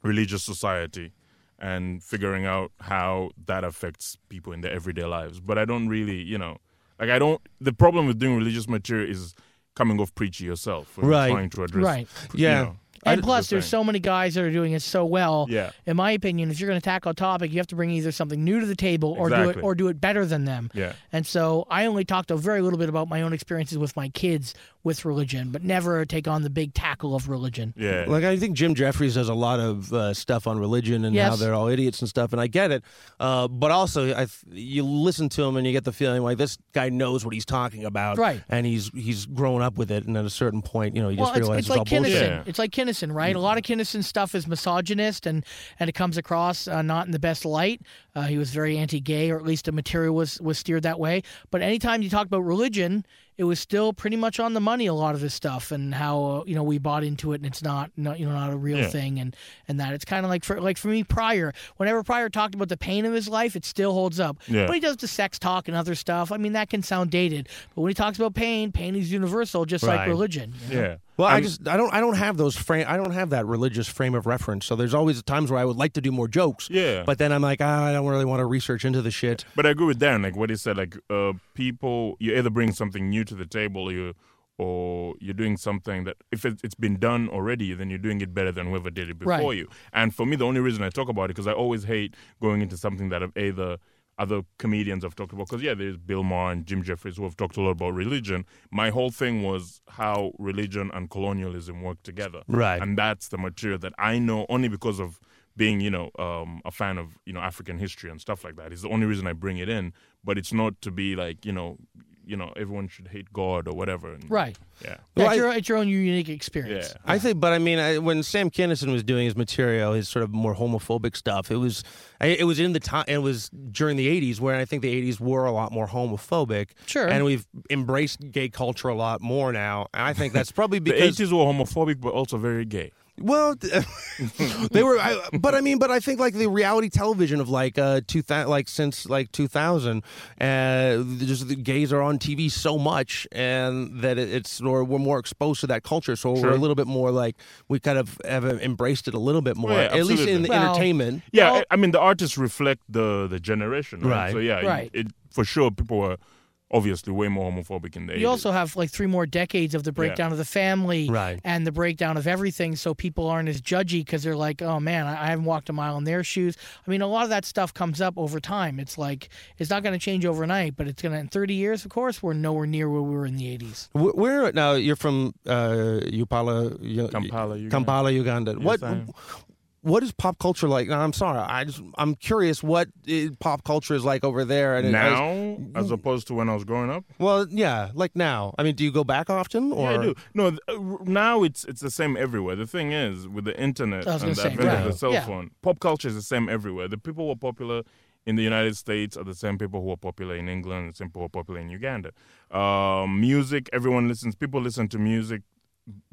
J: religious society and figuring out how that affects people in their everyday lives. But I don't really, you know, like I don't. The problem with doing religious material is coming off preachy yourself, when you're
A: Right.
J: Trying to address,
D: Right.
J: you
A: Yeah.
J: know,
D: And
J: the
D: plus, there's
J: thing.
D: so many guys that are doing it so well.
J: Yeah.
D: In my opinion, if you're going to tackle a topic, you have to bring either something new to the table or do
J: Exactly.
D: it or do it better than them.
J: Yeah.
D: And so I only talked a very little bit about my own experiences with my kids with religion, but never take on the big tackle of religion.
J: Yeah.
A: Like I think Jim Jeffries does a lot of uh, stuff on religion and how
D: Yes.
A: they're all idiots and stuff, and I get it. Uh, but also, I th- you listen to him and you get the feeling like this guy knows what he's talking about,
D: Right.
A: And he's he's grown up with it, and at a certain point, you know, you
D: well,
A: just
D: it's,
A: realize
D: it's
A: it's, all
D: like
A: bullshit.
D: Kinnison. It's like Kinnison, right? A lot of Kinnison stuff is misogynist, and and it comes across uh, not in the best light. Uh, he was very anti-gay, or at least the material was was steered that way. But anytime you talk about religion, it was still pretty much on the money. A lot of his stuff and how uh, you know we bought into it, and it's not, not you know not a real
J: Yeah.
D: thing, and and that it's kind of like for like for me, Pryor. Whenever Pryor talked about the pain of his life, it still holds up.
J: Yeah.
D: But he does the sex talk and other stuff. I mean, that can sound dated. But when he talks about pain, pain is universal, just like
A: Right.
D: religion. you know?
J: Yeah.
A: Well, i
J: I'm-
A: just I don't I don't have those frame I don't have that religious frame of reference. So there's always times where I would like to do more jokes.
J: Yeah.
A: But then I'm like, ah, I don't really want to research into the shit.
J: But I agree with Darren, like what he said, like uh, people, you either bring something new to the table, you or you're doing something that if it, it's been done already, then you're doing it better than whoever did it before
D: Right.
J: you. And for me, the only reason I talk about it because I always hate going into something that I've either other comedians have talked about. Because yeah, there's Bill Maher and Jim Jeffries who have talked a lot about religion. My whole thing was how religion and colonialism work together,
A: Right.
J: And that's the material that I know only because of being, you know, um, a fan of you know African history and stuff like that. It's the only reason I bring it in. But it's not to be like you know, you know, everyone should hate God or whatever. And,
D: Right.
J: Yeah.
D: Yeah,
A: Well,
D: it's,
A: I-
D: your, it's your own unique experience.
J: Yeah.
A: I think, but I mean, I, when Sam Kinison was doing his material, his sort of more homophobic stuff, it was, I- it was in the time, it was during the '80s, where I think the '80s were a lot more homophobic.
D: Sure.
A: And we've embraced gay culture a lot more now. And I think that's probably
J: The
A: because
J: eighties were homophobic, but also very gay.
A: Well, th- they were, I, but I mean, but I think like the reality television of like uh, two thousand, like since like two thousand, uh, just the gays are on TV so much, and that it, it's or we're more exposed to that culture, so we're
J: Sure.
A: a little bit more like we kind of have embraced it a little bit more,
J: Oh, yeah,
A: at least in
J: absolutely.
A: the
D: Well,
A: entertainment.
J: Yeah,
D: Well-
J: I I mean the artists reflect the the generation, right?
A: Right.
J: So yeah, it-
D: Right.
J: It, for sure people were obviously way more homophobic in the
D: You
J: 80s.
D: also have like three more decades of the breakdown of the family
A: Right.
D: and the breakdown of everything, so people aren't as judgy because they're like, oh man, I I haven't walked a mile in their shoes. I mean, a lot of that stuff comes up over time. It's like, it's not going to change overnight, but it's going to, in 30 years, of course, we're nowhere near where we were in the 80s.
A: Wh- Where now? You're from uh, Upala, Yo-
J: Kampala, Uganda.
A: Kampala, Uganda. What?
J: I am.
A: What is pop culture like? Now, I'm sorry, I just I'm curious what uh, pop culture is like over there. And I was-
J: now as opposed to when I was growing up.
A: Well, yeah, like now. I mean, do you go back often? Or
J: Yeah, I do. No, th- uh, r- now it's it's the same everywhere. The thing is, with the internet
D: I was
J: and
D: gonna
J: the
D: say,
J: advent
D: right.
J: of the cell
D: Yeah.
J: phone, pop culture is the same everywhere. The people who are popular in the United States are the same people who are popular in England, the same people who are popular in Uganda. Um, music, everyone listens. People listen to music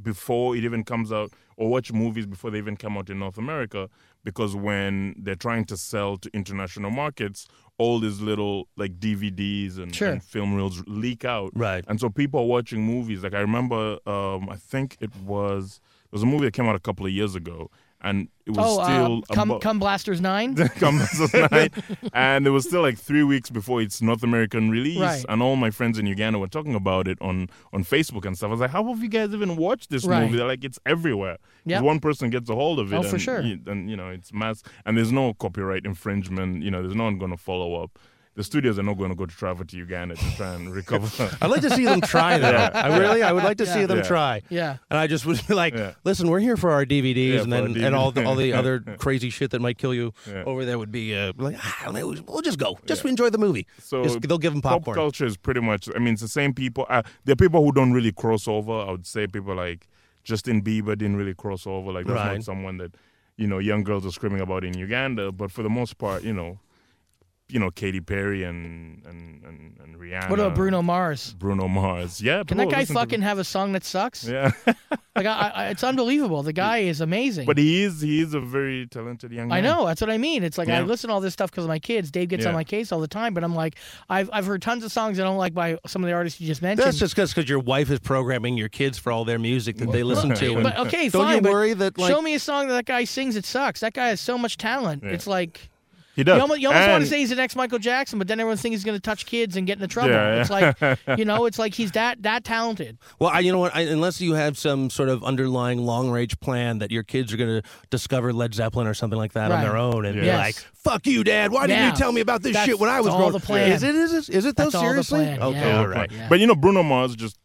J: before it even comes out, or watch movies before they even come out in North America, because when they're trying to sell to international markets. All these little like DVDs and,
D: Sure.
J: and film reels leak out,
A: Right.
J: and so people are watching movies. Like I remember, um, I think it was it was a movie that came out a couple of years ago, and it was
D: oh,
J: still
D: uh, come,
J: abo-
D: come Blasters 9?
J: Come This Night, and it was still like three weeks before its North American release.
D: Right.
J: And all my friends in Uganda were talking about it on on Facebook and stuff. I was like, "How have you guys even watched this
D: Right.
J: movie? They're like, it's everywhere. 'Cause
D: Yep.
J: One person gets a hold of it,
D: Oh,
J: and,
D: for sure.
J: y- and you know it's mass. And there's no copyright infringement. You know, there's no one going to follow up. The studios are not going to go to travel to Uganda to try and recover.
A: I'd like to see them try though.
J: Yeah.
A: I really, I would like to see them
J: Yeah.
A: try.
D: Yeah.
A: And I just would be like,
J: Yeah.
A: listen, we're here for our DVDs,
J: Yeah,
A: and
J: for our
A: then and all the,
J: DVD.
A: all the other crazy shit that might kill you
J: Yeah.
A: over there would be uh, like, ah, we'll just go, just enjoy the movie.
J: So
A: Just- they'll give them popcorn.
J: Pop culture is pretty much. I mean, it's the same people. Uh, there are people who don't really cross over. I would say people like Justin Bieber didn't really cross over. Like that's
A: Right.
J: not someone that you know young girls are screaming about in Uganda. But for the most part, you know, you know Katy Perry and and and, and Rihanna.
D: What about Bruno Mars?
J: Bruno Mars. Yeah.
D: Can
J: people
D: that guy
J: listen to
D: fucking have a song that sucks?
J: Yeah.
D: like I, I, it's unbelievable. The guy is amazing.
J: But he is he is a very talented young man.
D: I know that's what I mean. It's like I
J: Yeah.
D: listen to all this stuff because of my kids. Dave gets
J: Yeah.
D: on my case all the time, but I'm like, I've I've heard tons of songs I don't like by some of the artists you just mentioned.
A: That's just because your wife is programming your kids for all their music that they listen to. and-
D: But okay,
A: don't
D: fine.
A: you
D: but
A: worry that like
D: show me a song that that guy sings. It sucks. That guy has so much talent.
J: Yeah.
D: It's like
J: He does.
D: You almost, want
J: And-
D: to say he's the next Michael Jackson, but then everyone thinks he's going to touch kids and get into trouble.
A: Yeah, yeah.
D: It's like you know, it's like he's that that talented.
A: Well, I, you know what? I, unless you have some sort of underlying long range plan that your kids are going to discover Led Zeppelin or something like that on
D: Right.
A: their own and be
D: Yes.
A: like, "Fuck you, Dad! Why didn't
D: Yeah.
A: you tell me about this
D: That's-
A: shit when I
D: that's
A: was
D: all
A: growing?"
D: the plan.
A: Is it? Is it? Is it though?
D: That's all the
A: seriously?
D: plan,
A: Okay,
D: yeah.
A: all right.
J: But you know, Bruno Mars just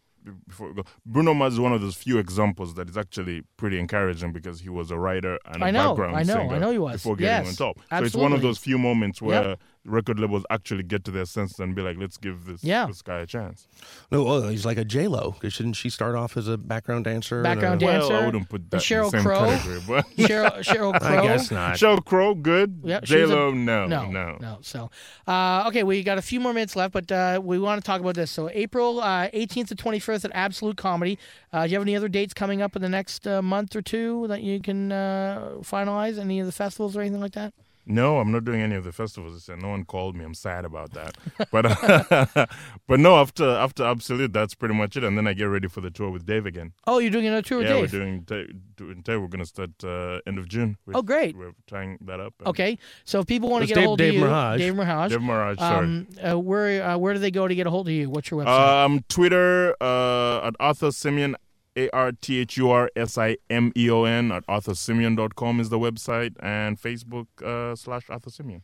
J: before we go, Bruno Mars is one of those few examples that is actually pretty encouraging because he was a writer and a
D: I know,
J: background
D: I know,
J: singer
D: I know he was.
J: before getting
D: Yes,
J: on top. So it's one of
D: absolutely.
J: those few moments
D: Yep.
J: where record labels actually get to their senses and be like, let's give this
D: Yeah.
J: this guy a chance.
A: No, well, he's like a J Lo. Shouldn't she start off as a background dancer? and
D: Background
A: a-
D: dancer.
J: Well, I wouldn't put
D: the
J: that
D: Cheryl
J: in the same
D: Crow.
J: category, but
D: Cheryl, Cheryl Crow.
A: I guess not.
J: Cheryl Crow, good.
D: Yeah, she
J: J
D: was a-
J: Lo, no,
D: no,
J: no,
D: no. So, uh, okay, we got a few more minutes left, but uh, we want to talk about this. So, April uh, 18th to 21st at Absolute Comedy. Uh, do you have any other dates coming up in the next uh, month or two that you can uh, finalize? Any of the festivals or anything like that?
J: No, I'm not doing any of the festivals. This year. No one called me. I'm sad about that. But uh, but no, after after Absolute, that's pretty much it. And then I get ready for the tour with Dave again.
D: Oh, you're doing another tour with
J: yeah,
D: Dave?
J: we're doing ta- doing tour. We're gonna start uh, end of June. We're-
D: Oh, great.
J: We're tying that up. and-
D: Okay, so if people want to
J: It's
D: get a
J: Dave-
D: hold
J: Dave
D: of you,
J: Mirage.
D: Dave Mirage,
J: Dave Mirage, sorry.
D: um, uh, where uh, where do they go to get a hold of you? What's your website?
J: Um, Twitter uh, at Arthur Simeon, A R T H U R S I M E O N at arthursimeon.com is the website, and Facebook uh, slash Arthur Simeon.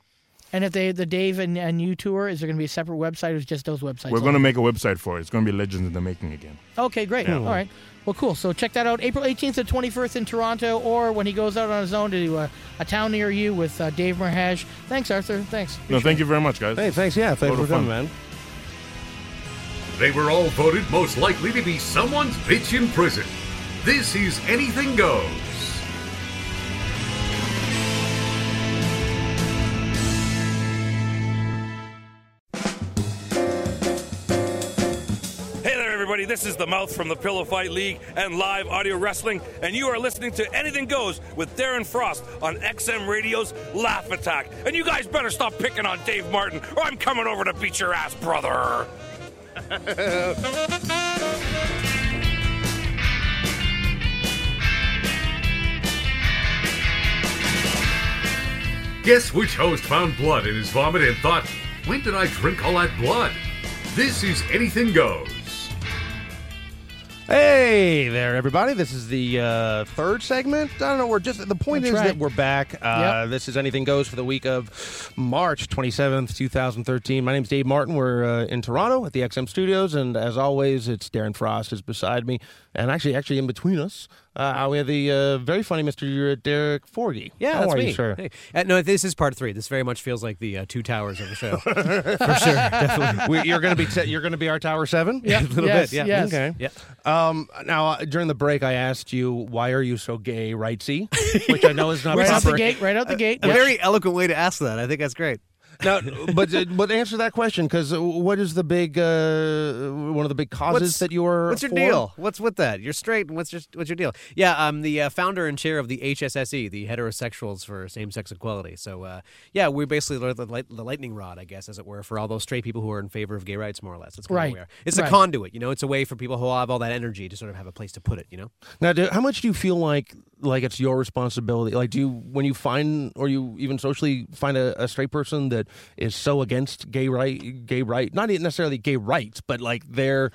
D: and if they the Dave and, and you tour, is there going to be a separate website or is just those websites?
J: We're gonna
D: only?
J: make a website for it. It's gonna be Legends in the Making again.
D: Okay, great.
J: Yeah.
D: All right. Well, cool. So check that out. April 18th to 21st in Toronto, or when he goes out on his own to uh, a town near you with uh, Dave Mirage. Thanks, Arthur. Thanks.
J: No, thank you very much, guys.
A: Hey, thanks. Yeah, thanks
J: Load
A: for
J: of
A: coming,
J: fun.
A: man.
C: They were all voted most likely to be someone's bitch in prison. This is Anything Goes.
K: Hey there, everybody. This is the Mouth from the Pillow Fight League and Live Audio Wrestling, and you are listening to Anything Goes with Darren Frost on XM Radio's Laugh Attack. And you guys better stop picking on Dave Martin, or I'm coming over to beat your ass, brother.
C: Guess which host found blood in his vomit and thought, when did I drink all that blood? This is Anything Goes.
A: Hey there, everybody. This is the uh, third segment. I don't know. We're just the point
D: That's
A: is
D: right.
A: that we're back. Uh, This is anything goes for the week of March twenty seventh, two thousand thirteen. My name's Dave Martin. We're uh, in Toronto at the XM Studios, and as always, it's Darren Frost is beside me, and actually, actually in between us, uh, we have the uh, very funny Mister Derek Forgy.
L: Yeah,
A: How
L: that's
A: are
L: me.
A: You, sir?
L: Hey. Uh, no, this is part three. This very much feels like the uh, two towers of the show, for sure. Definitely.
A: We- you're going to be t- you're going to be our Tower Seven.
L: Yeah.
A: a little
L: Yes,
A: bit. Yeah.
L: yes.
A: Okay.
L: Yeah.
A: Um, now uh, during the break, I asked you why are you so gay, rightsy? Which I know is not
D: Right out
A: proper.
D: the gate. Right out the gate.
L: a
D: Yeah.
L: Uh, very eloquent way to ask that. I think that's great.
A: Now, but uh, but answer that question because what is the big uh, one of the big causes
L: What's-
A: that you are?
L: What's your
A: for?
L: deal? What's with that? You're straight, and what's your what's your deal? Yeah, I'm the uh, founder and chair of the HSSE, E, the Heterosexuals for Same-Sex Equality. So, uh, yeah, we're basically the, the, light- the lightning rod, I guess, as it were, for all those straight people who are in favor of gay rights, more or less. That's kinda
A: Right,
L: where- It's
A: right.
L: a conduit, you know. It's a way for people who have all that energy to sort of have a place to put it, you know.
A: Now, do, how much do you feel like like it's your responsibility? Like, do you when you find or you even socially find a, a straight person that is so against gay right, gay right, not even necessarily gay rights, but like their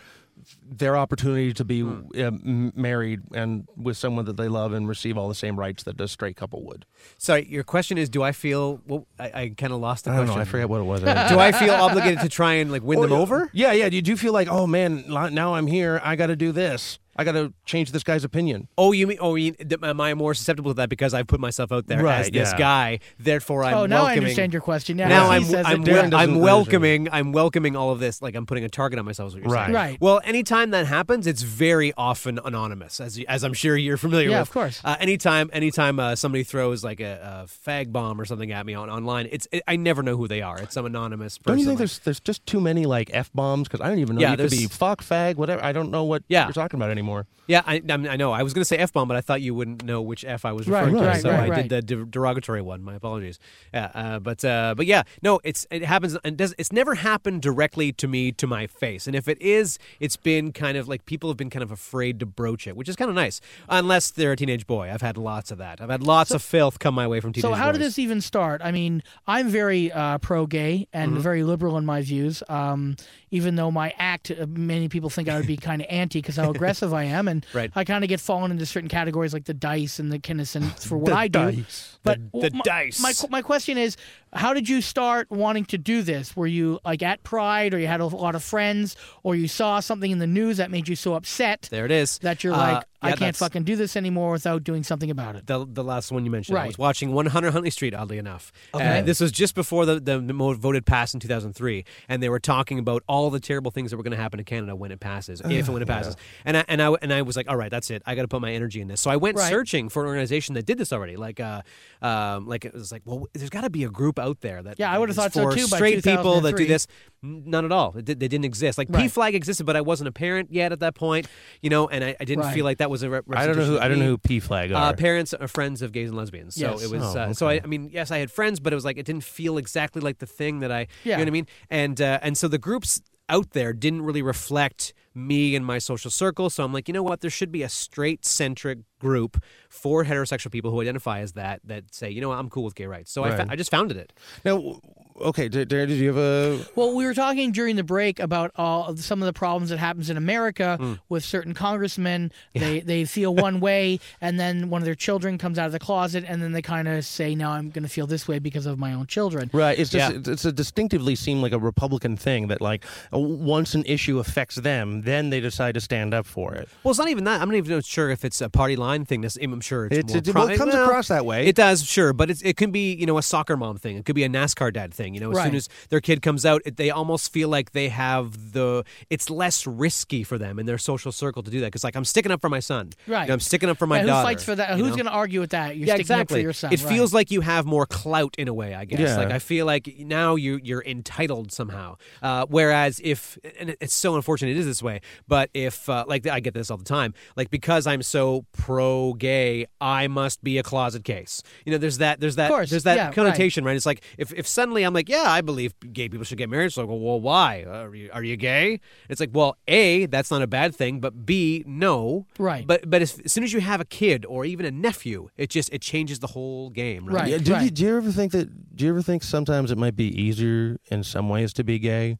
A: their opportunity to be uh, m- married and with someone that they love and receive all the same rights that a straight couple would.
L: Sorry, your question is: Do I feel? Well, I, I kind of lost the
A: I Oh, don't know,
L: question.
A: I forget what it was.
L: do I feel obligated to try and like win
A: Or-
L: them over?
A: Yeah, yeah. Did you feel like, oh man, li- now I'm here, I got to do this? I got to change this guy's opinion.
L: Oh, you mean? Oh, you, th- am I more susceptible to that because I've put myself out there
A: Right,
L: as this
A: yeah.
L: guy? Therefore, I'm.
D: Oh, now I
L: welcoming-
D: understand your question. Yeah,
L: now
D: he
L: I'm.
D: says
L: I'm,
D: it. Darren
L: wel-
D: doesn't
L: I'm
D: really-
L: welcoming. I'm welcoming all of this. Like I'm putting a target on myself. Is what you're saying.
D: Right. Right.
L: Well, anytime that happens, it's very often anonymous, as you- as I'm sure you're familiar
D: Yeah,
L: with.
D: of course.
L: Uh, anytime, anytime uh, somebody throws like a, a fag bomb or something at me on online, it's it, I never know who they are. It's some anonymous person.
A: Don't you think there's there's just too many like f bombs? Because I don't even know.
L: Yeah,
A: you could
L: there's-
A: be fuck, fag, whatever. I don't know what you're talking about anymore.
L: Yeah, I, I, mean, I know. I was going to say f bomb, but I thought you wouldn't know which f I was
A: Right,
L: referring
A: right,
L: to, so
A: right,
L: I
A: right.
L: did the de- derogatory one. My apologies. Yeah, uh, but uh, but yeah, no, it's it happens. It does. It's never happened directly to me to my face, and if it is, it's been kind of like people have been kind of afraid to broach it, which is kind of nice, unless they're a teenage boy. I've had lots of that. I've had lots of filth come my way from teenage.
D: So how
L: boys.
D: did this even start? I mean, I'm very uh, pro-gay and
L: Mhm.
D: very liberal in my views. Um, even though my act, uh, many people think I would be kind of anti because how aggressive I am, and
L: Right.
D: I kind of get fallen into certain categories like the dice and the Kinnison for what
L: The
D: I do.
L: dice.
D: But
L: The- the
D: my,
L: dice.
D: My qu- my question is, how did you start wanting to do this? Were you like at Pride, or you had a lot of friends, or you saw something in the news that made you so upset
L: There it is.
D: that you're
L: Uh,
D: like, I
L: yeah,
D: can't
L: that's-
D: fucking do this anymore without doing something about it?
L: The, the last one you mentioned. I
D: Right.
L: was watching 100 Huntley Street, oddly enough.
D: Okay.
L: Uh, this was just before the, the mo- voted pass in 2003, and they were talking about all the terrible things that were going to happen to Canada when it passes, if and when it
D: Ugh,
L: passes. And, I, and, I, and I was like, all right, that's it. I got to put my energy in this. So I went
D: Right.
L: searching for an organization that did this already. Like, uh, um, like it was like, well, there's got to be a group out there that
D: Yeah, I would've
L: is
D: thought so
L: for
D: too by
L: straight people that do
D: 2003.
L: this. N- None at all. It did- they didn't exist. Like P
D: Right.
L: flag existed, but I wasn't a parent yet at that point, you know, and I, I didn't
A: Right.
L: feel like that was a re-
A: I don't know who-
L: representation of
A: I don't know
L: me.
A: who P flag
L: Uh,
A: are.
L: parents are friends of gays and lesbians. So
A: Yes.
L: it was.
A: Oh,
L: uh, So
A: okay.
L: I, I mean, yes, I had friends, but it was like it didn't feel exactly like the thing that I. You
A: Yeah.
L: know what I mean? And uh, and so the groups out there didn't really reflect me and my social circle. So I'm like, you know what? There should be a straight centric group for heterosexual people who identify as that that say, you know, what? I'm cool with gay rights. So I,
A: Right.
L: fa- I just founded it.
A: Now, okay, Dar- Darren, did you have a?
D: Well, we were talking during the break about all of some of the problems that happens in America
A: Mm.
D: with certain congressmen. They they feel one way, and then one of their children comes out of the closet, and then they kind of say, "Now I'm going to feel this way because of my own children."
A: Right, it's just
D: Yeah.
A: it's- it's a distinctively seemed like a Republican thing that like uh, once an issue affects them, then they decide to stand up for it.
L: Well, it's not even that. I'm not even sure if it's a party line thing. This- I'm sure it's,
A: It's-
L: more
A: it- well, it comes across that way.
L: It does, sure, but it's, it can be you know a soccer mom thing. It could be a NASCAR dad thing. You know, as
A: Right.
L: soon as their kid comes out, it, they almost feel like they have the. It's less risky for them in their social circle to do that because like I'm sticking up for my son.
D: Right.
L: You know, I'm sticking up for my
D: And who
L: daughter.
D: fights for that?
L: you
D: Who's
L: know?
D: going to argue with that? You're
L: yeah,
D: sticking
L: exactly.
D: up for yourself.
L: It feels like you have more clout in a way, I guess.
A: Yeah.
L: Like I feel like now you you're entitled somehow. Uh, whereas if and it- it's so unfortunate it is this way, but if uh, like I get this all the time, like because I'm so pro gay, I must be a closet case. You know, there's that there's that
D: course,
L: there's that
D: yeah, right.
L: connotation, right. It's like if if suddenly I'm like, yeah, I believe gay people should get married. So I go, well, why are you are you gay? It's like, well, a that's not a bad thing, but b no,
D: Right.
L: Uh, But but as, as soon as you have a kid or even a nephew, it just it changes the whole game, right?
A: Yeah, do, You, do you ever think that? Do you ever think sometimes it might be easier in some ways to be gay?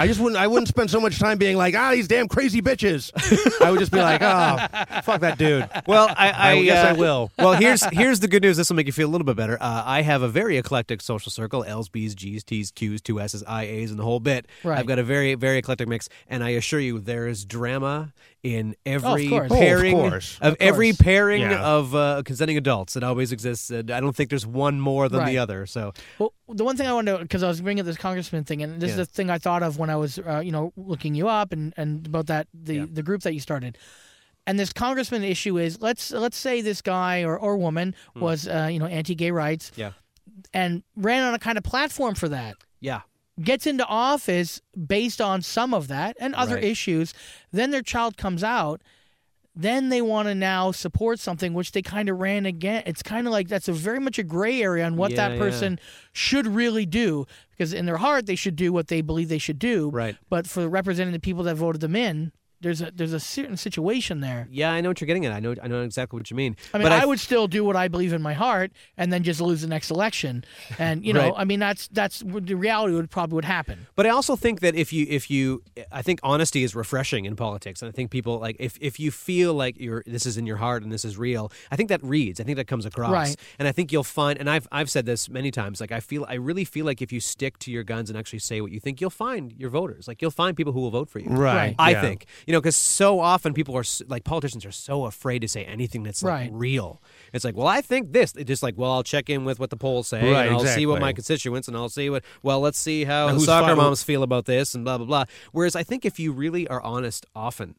A: I just wouldn't. I wouldn't spend so much time being like, ah, these damn crazy bitches. I would just be like, ah, fuck that dude.
L: Well, I, I,
A: yes,
L: uh,
A: I will.
L: Well, here's here's the good news. This will make you feel a little bit better. Uh, I have a very eclectic social circle: L's, B's, G's, T's, Q's, two S's, I A's, and the whole bit.
D: Right.
L: I've got a very very eclectic mix, and I assure you, there is drama in every
D: course. Oh, of
L: pairing
A: course.
L: of
A: Of
L: every
A: course.
L: pairing
A: Yeah.
L: of uh, consenting adults. It always exists. And I don't think there's one more than
D: Right.
L: the other. So
D: Well, the one thing I wanted to, because I was bringing up this congressman thing, and this is
L: Yeah.
D: the thing I thought of when I was, uh, you know, looking you up and, and about that the, the group that you started. And this congressman issue is let's let's say this guy or, or woman
L: Hmm.
D: was, uh, you know, anti-gay rights
L: yeah,
D: and ran on a kind of platform for that.
L: yeah.
D: Gets into office based on some of that and other
L: Right.
D: issues. Then their child comes out. Then they want to now support something which they kind of ran again. It's kind of like that's a very much a gray area on what
L: Yeah,
D: that
L: yeah.
D: person should really do because in their heart they should do what they believe they should do.
L: Right.
D: But for representing the people that voted them in, there's a there's a certain situation there.
L: Yeah, I know what you're getting at. I know, I know exactly what you mean.
D: I mean,
L: but
D: I, would still do what I believe in my heart, and then just lose the next election. And you know,
L: Right.
D: I mean, that's that's what the reality would probably would happen.
L: But I also think that if you if you I think honesty is refreshing in politics, and I think people like if if you feel like you're this is in your heart and this is real, I think that reads. I think that comes across,
D: Right.
L: and I think you'll find. And I've I've said this many times. Like I feel I really feel like if you stick to your guns and actually say what you think, you'll find your voters. Like you'll find people who will vote for you.
A: Right,
L: I
A: yeah.
L: think you know, because so often people are s- like politicians are so afraid to say anything that's like
D: Right.
L: real. It's like, well, I think this. It's just like, well, I'll check in with what the polls say. and
H: Right,
L: I'll see what
H: exactly.
L: my constituents, and I'll see what. Well, let's see how
H: And
L: the
H: who's
L: soccer
H: fi-
L: moms feel about this, and blah blah blah. Whereas I think if you really are honest, often.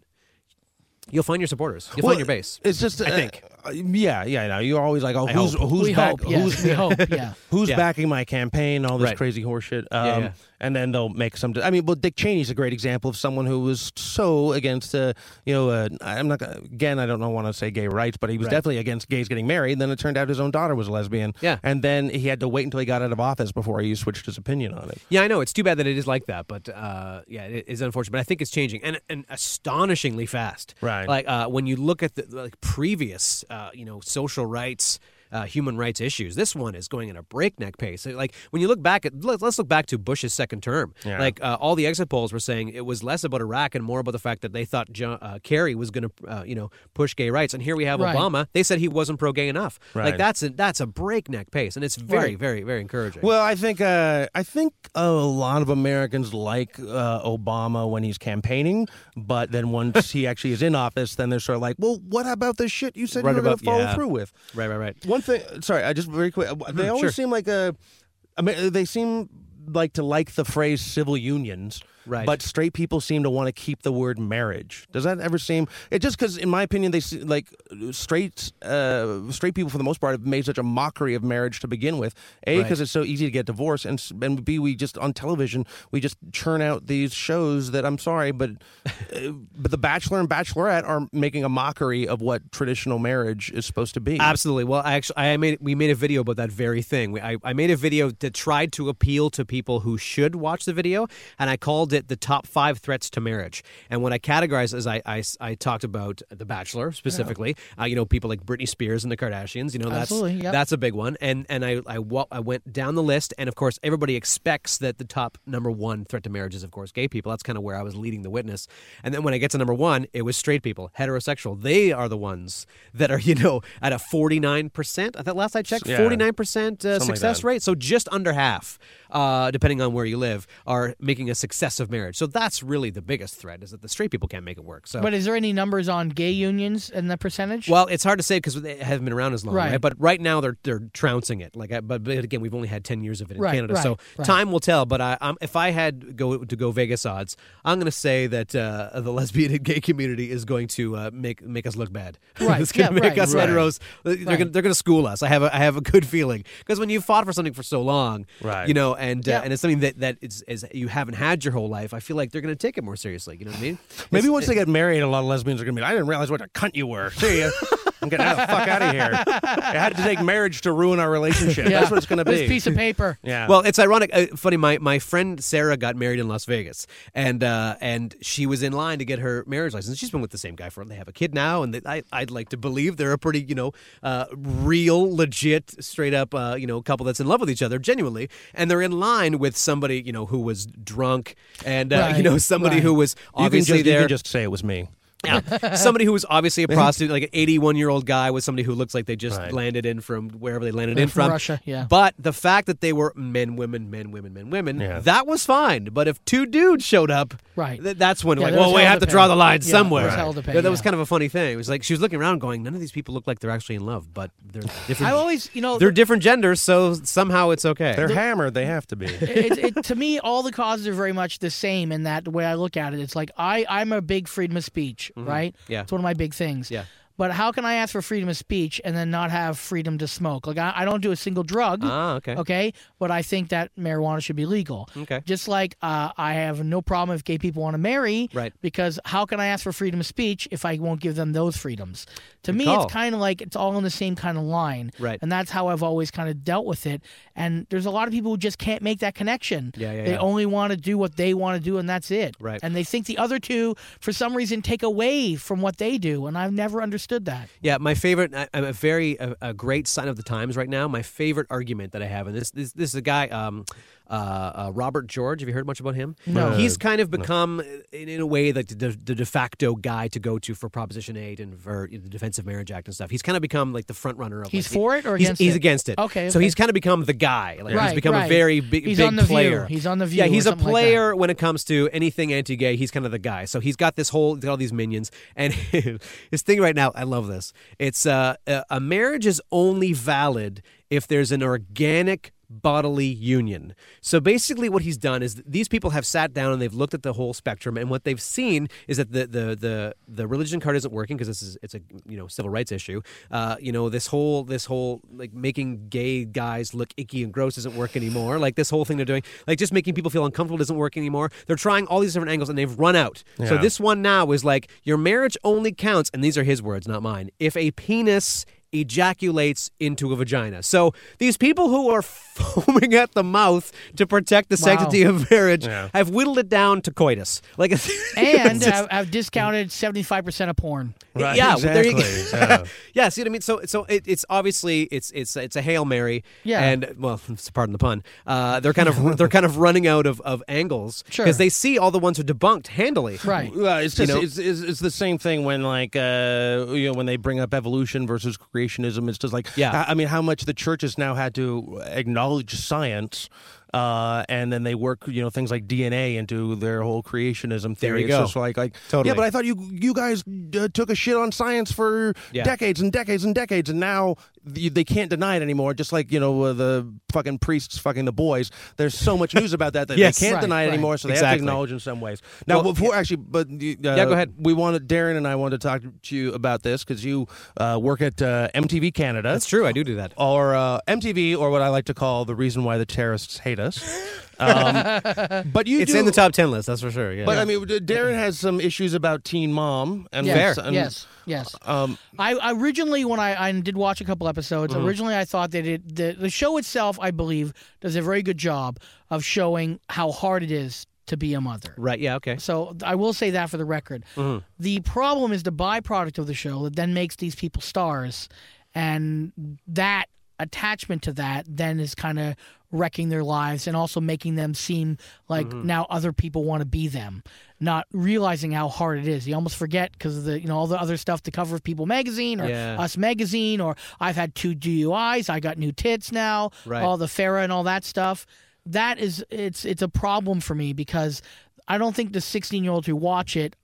L: You'll find your supporters. You'll
A: Well,
L: find your base.
A: It's just,
L: I
A: uh,
L: think.
A: uh, yeah, yeah. No, you're always like, oh,
L: I
A: who's
L: hope.
A: who's
L: We
A: back,
L: hope, yeah.
A: who's
L: We hope, yeah.
A: who's
L: Yeah.
A: backing my campaign? All this
L: Right.
A: crazy horseshit. Um,
L: Yeah, yeah.
A: And then they'll make some. I mean, well, Dick Cheney's a great example of someone who was so against, uh, you know, uh, I'm not gonna- again. I don't know, want to say gay rights, but he was
L: Right.
A: definitely against gays getting married. then it turned out his own daughter was a lesbian.
L: Yeah.
A: And then he had to wait until he got out of office before he switched his opinion on it.
L: Yeah, I know. It's too bad that it is like that, but uh, yeah, it is unfortunate. But I think it's changing and, and astonishingly fast.
A: Right.
L: Like uh, when you look at the like previous, uh, you know, social rights. Uh, human rights issues. This one is going at a breakneck pace. Like when you look back at, let, let's look back to Bush's second term.
A: Yeah.
L: Like uh, all the exit polls were saying it was less about Iraq and more about the fact that they thought John, uh, Kerry was going to, uh, you know, push gay rights. And here we have
D: Right.
L: Obama. They said he wasn't pro-gay enough.
A: Right.
L: Like that's a, that's a breakneck pace, and it's very,
A: Right.
L: very, very encouraging.
A: Well, I think uh, I think a lot of Americans like uh, Obama when he's campaigning, but then once he actually is in office, then they're sort of like, "Well, what about the shit you said
L: Right
A: you were going
L: about-
A: to follow
L: yeah.
A: through with?"
L: Right, right, right.
A: One thing, sorry, I just very quick. They always
L: Mm-hmm, sure.
A: seem like a, I mean, they seem like to like the phrase civil unions,
L: Right.
A: But straight people seem to want to keep the word marriage. Does that ever seem? It just because, in my opinion, they se- like straight uh, straight people for the most part have made such a mockery of marriage to begin with. A
L: Right.
A: because it's so easy to get divorced, and s- and B we just on television we just churn out these shows that I'm sorry, but uh, but The Bachelor and Bachelorette are making a mockery of what traditional marriage is supposed to be.
L: Absolutely. Well, I actually, I made we made a video about that very thing. We, I, I made a video that tried to appeal to people who should watch the video, and I called it the top five threats to marriage. And what I categorized is I, I, I talked about The Bachelor specifically. Uh, you know, people like Britney Spears and the Kardashians. You know, that's
D: Absolutely, yep.
L: that's a big one. And and I I, wa- I went down the list, and of course, everybody expects that the top number one threat to marriage is, of course, gay people. That's kind of where I was leading the witness. And then when I get to number one, it was straight people, heterosexual. They are the ones that are you know at a forty nine percent. I thought last I checked,
A: Yeah.
L: forty nine percent uh,
A: Something like
L: success
A: that.
L: rate. So just under half, uh, depending on where you live, are making a success of marriage. So that's really the biggest threat is that the straight people can't make it work. So
D: But is there any numbers on gay unions and the percentage?
L: well, it's hard to say because they haven't been around as long, right.
D: Right.
L: But right now they're they're trouncing it. Like, I, but, but again, we've only had ten years of it in
D: Right,
L: Canada,
D: right,
L: so
D: right.
L: time will tell. But I, i if I had go to go Vegas odds, I'm going to say that uh, the lesbian and gay community is going to uh, make make us look bad.
D: Right,
L: it's going to
D: yeah,
L: make
D: right,
L: us
D: right.
L: heteros. They're
D: Right.
L: going they're going to school us. I have a, I have a good feeling because when you fought for something for so long,
A: Right.
L: you know, and uh,
D: Yeah.
L: and it's something that that is, is you haven't had your whole life. I feel like they're going to take it more seriously. You know what I mean?
A: Maybe once they get married, a lot of lesbians are going to be like, I didn't realize what a cunt you were. See ya. I'm getting out the fuck out of here. I had to take marriage to ruin our relationship. That's what it's going to
D: This
A: be.
D: piece of paper.
A: yeah.
L: Well, it's ironic. Uh, funny, my, my friend Sarah got married in Las Vegas, and uh, and she was in line to get her marriage license. She's been with the same guy for they have a kid now, and they, I I'd like to believe they're a pretty you know uh, real, legit, straight up uh, you know couple that's in love with each other genuinely, and they're in line with somebody you know who was drunk and uh, you
D: Right,
L: know somebody
D: right.
L: who was
A: you can,
L: obviously
A: just, you
L: there.
A: can just say it was me.
L: Yeah. somebody who was obviously a prostitute, like an 81 year old guy with somebody who looks like they just
A: Right.
L: landed in from wherever they landed
D: Uh,
L: in
D: from
L: from.
D: Russia, yeah.
L: But the fact that they were men, women, men, women, men, women,
A: Yeah.
L: that was fine. But if two dudes showed up,
D: Right.
L: th- that's when,
D: Yeah,
L: like,
D: there
L: well,
D: was
L: we
D: hell
L: have
D: to
L: to draw
D: pay.
L: the
D: Yeah,
L: line
D: there
L: somewhere.
D: was hell to pay,
L: Yeah, that was
D: yeah.
L: kind of a funny thing. It was like she was looking around going, none of these people look like they're actually in love, but they're different.
D: I always, you know,
L: they're different genders, so somehow it's okay.
A: They're hammered. They have to be.
D: it, it, to me, all the causes are very much the same in that the way I look at it. It's like I, I'm a big freedom of speech, right?
L: Yeah.
D: It's one of my big things.
L: Yeah.
D: But how can I ask for freedom of speech and then not have freedom to smoke? Like, I, I don't do a single drug.
L: Ah, okay.
D: Okay. But I think that marijuana should be legal.
L: Okay.
D: Just like uh, I have no problem if gay people want to marry.
L: Right.
D: Because how can I ask for freedom of speech if I won't give them those freedoms? To me,
L: call.
D: it's kind of like it's all on the same kind of line.
L: Right.
D: And that's how I've always kind of dealt with it. And there's a lot of people who just can't make that connection.
L: Yeah, yeah,
D: They
L: yeah.
D: only want to do what they want to do, and that's it.
L: Right.
D: And they think the other two, for some reason, take away from what they do. And I've never understood understood that.
L: Yeah, my favorite, I- I'm a very a, a great sign of the times right now. My favorite argument that I have, and this this, this is a guy, um, uh, uh, Robert George. Have you heard much about him?
D: No.
L: he's kind of
D: No.
L: become in, in a way like the, de- the de facto guy to go to for Proposition Eight and for the Defense of Marriage Act and stuff. He's kind of become like the front runner of.
D: He's
L: like,
D: for it or
L: he's,
D: against
L: He's
D: it?
L: against it.
D: Okay,
L: so
D: okay.
L: he's kind of become the guy. Like
D: Right,
L: he's become
D: right.
L: a very big
D: He's
L: big
D: on The View.
L: player.
D: He's on The View
L: Yeah,
D: or
L: he's a
D: something like that.
L: player player when it comes to anything anti-gay. He's kind of the guy. So he's got this whole, he's got all these minions, and his thing right now. I love this. It's uh, a a marriage is only valid if there's an organic bodily union. So basically what he's done is these people have sat down and they've looked at the whole spectrum and what they've seen is that the the the, the religion card isn't working because this is it's a you know civil rights issue. Uh, you know this whole this whole like making gay guys look icky and gross isn't work anymore. Like this whole thing they're doing like just making people feel uncomfortable doesn't work anymore. They're trying all these different angles and they've run out. So
M: Yeah.
L: this one now is like your marriage only counts, and these are his words, not mine. If a penis ejaculates into a vagina. So these people who are foaming at the mouth to protect the
D: Wow.
L: sanctity of marriage
D: Yeah.
L: have whittled it down to coitus. Like it's-
D: And
L: it's just-
D: I've, I've discounted seventy five percent of porn.
L: yeah, well, there you go. yeah. see what I mean. So, so it, it's obviously it's it's it's a hail mary.
D: Yeah.
L: and well, pardon the pun. Uh, they're kind of they're kind of running out of, of angles because
A: Sure.
L: they see all the ones who are debunked handily.
A: Well, it's
L: You
A: just
L: know?
A: it's, it's, it's the same thing when like uh, you know when they bring up evolution versus creationism. It's just like
L: Yeah.
A: I, I mean, how much the church has now had to acknowledge science. Uh, and then they work, you know, things like DNA into their whole creationism
L: There
A: theory.
L: you
A: It's
L: go.
A: just like, like,
L: Totally.
A: yeah. But I thought you you guys uh, took a shit on science for
L: Yeah.
A: decades and decades and decades, and now th- they can't deny it anymore. Just like you know uh, the fucking priests fucking the boys. There's so much news about that that
L: Yes.
A: they can't
L: Right,
A: deny it
L: right.
A: anymore. So they have to
L: Exactly.
A: acknowledge in some ways. Now,
L: Well,
A: before actually, but uh,
L: Yeah, go ahead.
A: We wanted Darren and I wanted to talk to you about this because you uh, work at uh, MTV Canada. That's
L: true. I do do that.
A: Or uh, MTV, or what I like to call the reason why the terrorists hate us. Um, but you
L: it's
A: do-
L: in the top ten list, that's for sure. Yeah,
A: But I mean, Darren has some issues about Teen Mom and
D: Yes,
A: and-
D: yes, yes.
A: Um,
D: I originally, when I, I did watch a couple episodes,
A: Mhm.
D: originally I thought that it, the the show itself, I believe, does a very good job of showing how hard it is to be a mother.
L: Right. Yeah. Okay.
D: So I will say that for the record.
L: Mhm.
D: The problem is the byproduct of the show that then makes these people stars, and that attachment to that then is kind of wrecking their lives and also making them seem like
N: Mhm.
D: now other people want to be them not realizing how hard it is you almost forget because of the you know all the other stuff the cover of people magazine or
N: Yeah.
D: us magazine or i've had two duis i got new tits now
N: Right.
D: all the Farah and all that stuff. That is it's it's a problem for me because I don't think the 16 year olds who watch it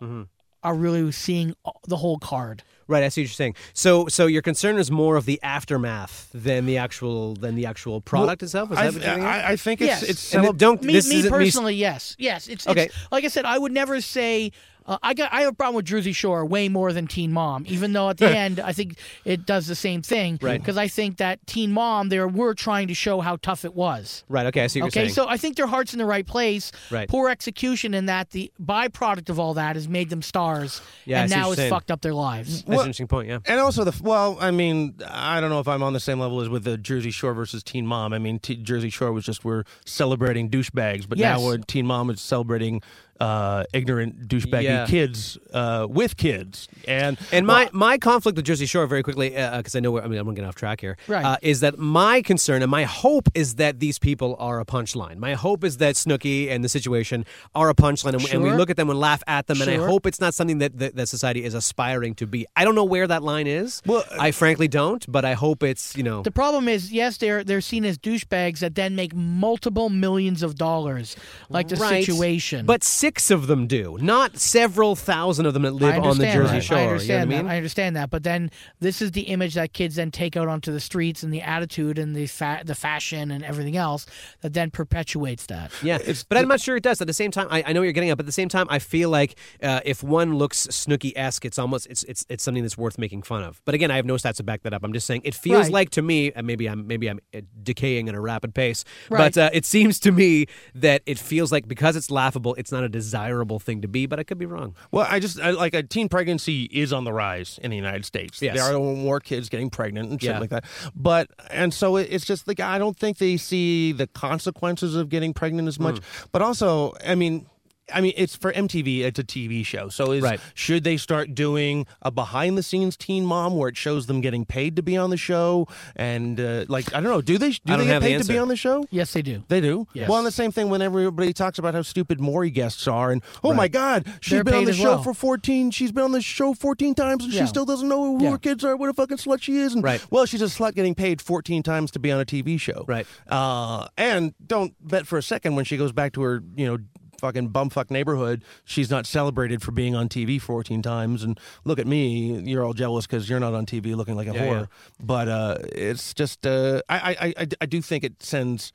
D: are really seeing the whole card.
L: Right, I see what you're saying. So, so your concern is more of the aftermath than the actual than the actual product itself. Is
A: I-
L: that what you're getting at?
A: I- I think it's-
D: Yes.
A: it's
L: And
A: celeb-
L: don't
D: me,
L: this
D: me
L: isn't
D: personally, yes, yes. It's,
L: Okay.
D: it's like I said, I would never say. Uh, I got. I have a problem with Jersey Shore way more than Teen Mom. Even though at the end, I think it does the same thing.
L: Right.
D: Because I think that Teen Mom, they were trying to show how tough it was.
L: Right. Okay. I see what
D: okay,
L: you're saying.
D: so I think their heart's in the right place.
L: Right.
D: Poor execution in that the byproduct of all that has made them stars,
L: Yeah, I
D: and
L: see what
D: now
L: you're
D: it's
L: saying.
D: fucked up their lives.
L: That's an interesting point. Yeah.
A: And also the well, I mean, I don't know if I'm on the same level as with the Jersey Shore versus Teen Mom. I mean, T- Jersey Shore was just we're celebrating douchebags, but
L: Yes.
A: now we're, Teen Mom is celebrating uh, ignorant douchebaggy
L: Yeah.
A: kids uh, with kids. And
L: And my, my conflict with Jersey Shore very quickly because I know where, I mean I'm getting off track here
A: Right.
L: uh, is that my concern and my hope is that these people are a punchline. My hope is that Snooki and the situation are a punchline, and, and we
D: Sure.
L: look at them and laugh at them. And I
D: Sure.
L: hope it's not something that, that that society is aspiring to be. I don't know where that line is. Well, I frankly don't, but I hope it's you know.
D: uh, The problem is, yes, they're they're seen as douchebags that then make multiple millions of dollars, like the
L: Right.
D: situation.
L: But six of them do, not several thousand of them that
D: I
L: live on the
D: understand
L: Jersey
D: that.
L: Shore.
D: I
L: you know what
D: understand
L: I mean?
D: that. I understand that. But then this is the image that kids then take out onto the streets and the attitude and the fa- the fashion and everything else that then perpetuates that.
L: Yeah, but I'm not sure it does. At the same time, I, I know what you're getting at, but at the same time, I feel like uh, if one looks Snooki-esque, it's almost it's it's it's something that's worth making fun of. But again, I have no stats to back that up. I'm just saying it feels
D: Right.
L: like to me, and maybe I'm maybe I'm uh, decaying at a rapid pace,
D: Right.
L: but uh, it seems to me that it feels like because it's laughable, it's not a desirable thing to be. But I could be wrong.
A: Well, I just I, like uh, teen pregnancy is on the rise in the United States.
L: Yes.
A: There are more kids getting pregnant and shit
L: Yeah.
A: like that. But and so it, it's just like
L: Mm.
A: I don't think they see the consequences of getting pregnant as much. But also, I mean, I mean, it's for MTV. It's a TV show, so is should they start doing a behind the scenes Teen Mom where it shows them getting paid to be on the show and uh, like I don't know, do they do
L: I don't
A: they get
L: have the
A: paid to be
L: answer.
A: on the show?
D: Yes, they do.
A: They do.
L: Yes.
A: Well, and the same thing when everybody talks about how stupid Maury guests are, and oh my God, she's
L: They're
A: been on
L: paid
A: the
L: as
A: show
L: well.
A: for fourteen. She's been on the show fourteen times, and
L: Yeah.
A: she still doesn't know who her kids are. What a fucking slut she is. And right. Well, she's a slut getting paid fourteen times to be on a TV show. Right. Uh, and don't bet for a second when she goes back to her, you know. Fucking bumfuck neighborhood. She's not celebrated for being on TV 14 times. And look at me, you're all jealous because you're not on TV looking like a
L: Yeah,
A: whore.
L: yeah.
A: But uh, it's just, uh, I, I, I, I do think it sends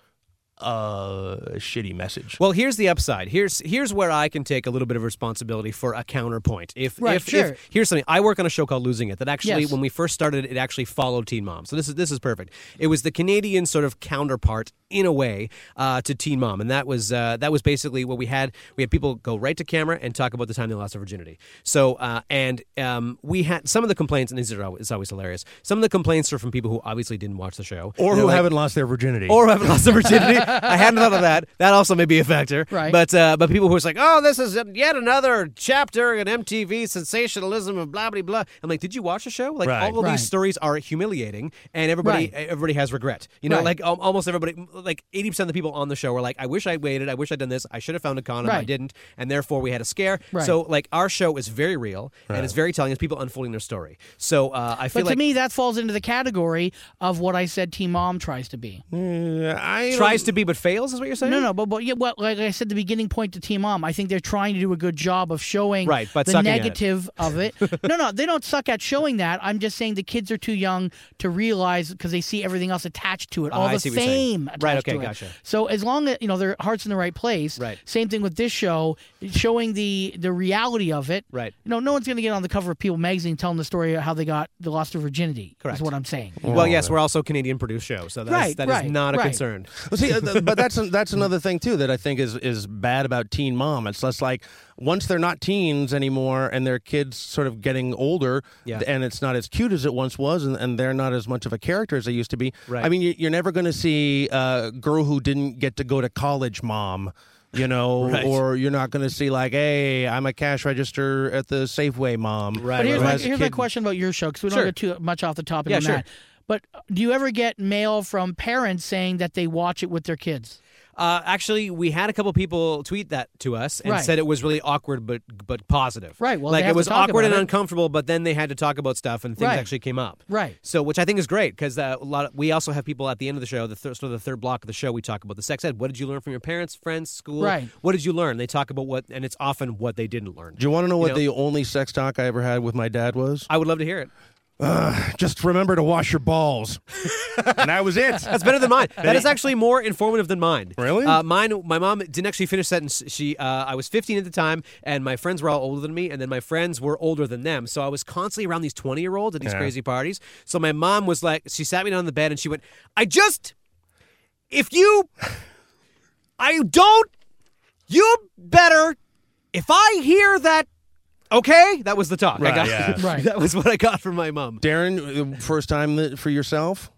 A: a shitty message.
L: Well, here's the upside. Here's here's where I can take a little bit of responsibility for a counterpoint. If
D: Right,
L: if,
D: sure.
L: if here's something, I work on a show called Losing It that actually
D: Yes.
L: when we first started it actually followed Teen Mom. So this is this is perfect. It was the Canadian sort of counterpart in a way uh, to Teen Mom, and that was uh, that was basically what we had. We had people go right to camera and talk about the time they lost their virginity. So uh, and um, we had some of the complaints, and these are always, it's always hilarious. Some of the complaints are from people who obviously didn't watch the show
A: or
L: They're
A: who
L: like-
A: haven't lost their virginity.
L: or who haven't lost their virginity. I hadn't thought of that. That also may be a factor.
A: Right.
L: But uh, but people who are like, oh, this is yet another chapter in MTV sensationalism of blah blah blah. I'm like, did you watch the show? Like
A: Right.
L: all of
A: Right.
L: these stories are humiliating, and everybody everybody has regret. You know,
D: Right.
L: like al- almost everybody, like 80 percent of the people on the show were like, I wish I waited. I wish I'd done this. I should have found a condom. I
D: Right.
L: didn't, and therefore we had a scare.
D: Right.
L: So like our show is very real
D: Right.
L: and it's very telling. It's people unfolding their story. So uh, I feel
D: But to
L: like
D: me, that falls into the category of what I said Team Mom tries to be.
A: I
L: tries to be but fails is what you're saying.
D: No, no, but, but yeah, well, like I said, the beginning point to Team Mom, I think they're trying to do a good job of showing
L: Right, but
D: the
L: sucking at it.
D: negative of it. no, no, they don't suck at showing that. I'm just saying the kids are too young to realize because they see everything else attached to it, all
L: Ah, I
D: the
L: see what you're saying.
D: same.
L: Right,
D: attached
L: okay,
D: to it.
L: gotcha.
D: So as long as you know their hearts in the right place, right. Same thing with this show, showing the the reality of it. Right. You know, no one's going to get on the cover of People magazine telling the story of how they got the lost their virginity. Correct. Is what I'm saying.
L: Well, yes, we're also a Canadian produced show, so that's,
D: uh, Right,
L: that is
D: right,
L: not a
D: right.
L: concern.
A: Well, see, uh, th- but that's that's another thing too that I think is is bad about Teen Mom. It's less like once they're not teens anymore and their kids sort of getting older,
L: Yeah.
A: and it's not as cute as it once was, and, and they're not as much of a character as they used to be.
L: Right.
A: I mean, you, you're never going to see uh, girl who didn't get to go to college, mom. You know,
L: Right.
A: or you're not going to see like, hey, I'm a cash register at the Safeway, mom. Right.
D: But here's, my, here's my question about your show because we don't
A: Sure.
D: get too much off the topic
A: Yeah,
D: on
A: sure.
D: that. But do you ever get mail from parents saying that they watch it with their kids?
L: Uh, actually, we had a couple people tweet that to us and
D: Right.
L: said it was really awkward, but but positive.
D: Right, well, they
L: like
D: have
L: it
D: to
L: was
D: talk
L: awkward
D: about
L: and
D: it.
L: uncomfortable, but then they had to talk about stuff and things
D: Right.
L: actually came up.
D: Right.
L: So, which I think is great because uh, a lot. Of, we also have people at the end of the show, the thir- sort of the third block of the show, we talk about the sex ed. What did you learn from your parents, friends, school?
A: Right.
L: What did you learn? They talk about what, and it's often what they didn't learn.
A: Do you want to know what
L: they?
A: the only sex talk I ever had with my dad was?
L: I would love to hear it.
A: Ugh, just remember to wash your balls. and that was it.
L: That's better than mine. That is actually more informative than mine.
A: Really?
L: Uh, mine. My mom didn't actually finish sentence. She. Uh, I was 15 at the time, and my friends were all older than me, and then my friends were older than them. So I was constantly around these 20 year olds at these
M: Yeah.
L: crazy parties. So my mom was like, she sat me down on the bed and she went, "I just, if you, I don't, you better, if I hear that." Okay, that was the talk. I
A: Right,
L: got-
A: yeah. Right.
L: That was what I got from my mom.
A: Darren, uh, first time that for yourself?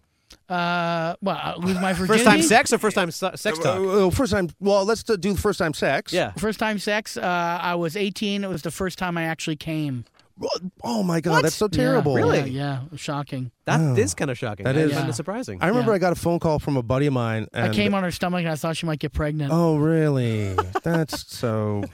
D: Uh, well, I lose my virginity.
L: First time sex or first time se- sex
A: Uh,
L: talk?
A: uh, first time. Well, let's uh, do the first time sex.
L: Yeah.
D: First time sex. Uh, I was 18. It was the first time I actually came.
A: Oh my God, that's so
D: Yeah,
A: terrible.
D: Yeah, yeah, it was shocking.
L: That is
A: Wow.
L: kind of shocking.
A: Oh. That
L: I
A: is
L: find it surprising.
A: I remember I got a phone call from a buddy of mine.
D: I
A: And,
D: came on her stomach and I thought she might get pregnant.
A: Oh really? That's so.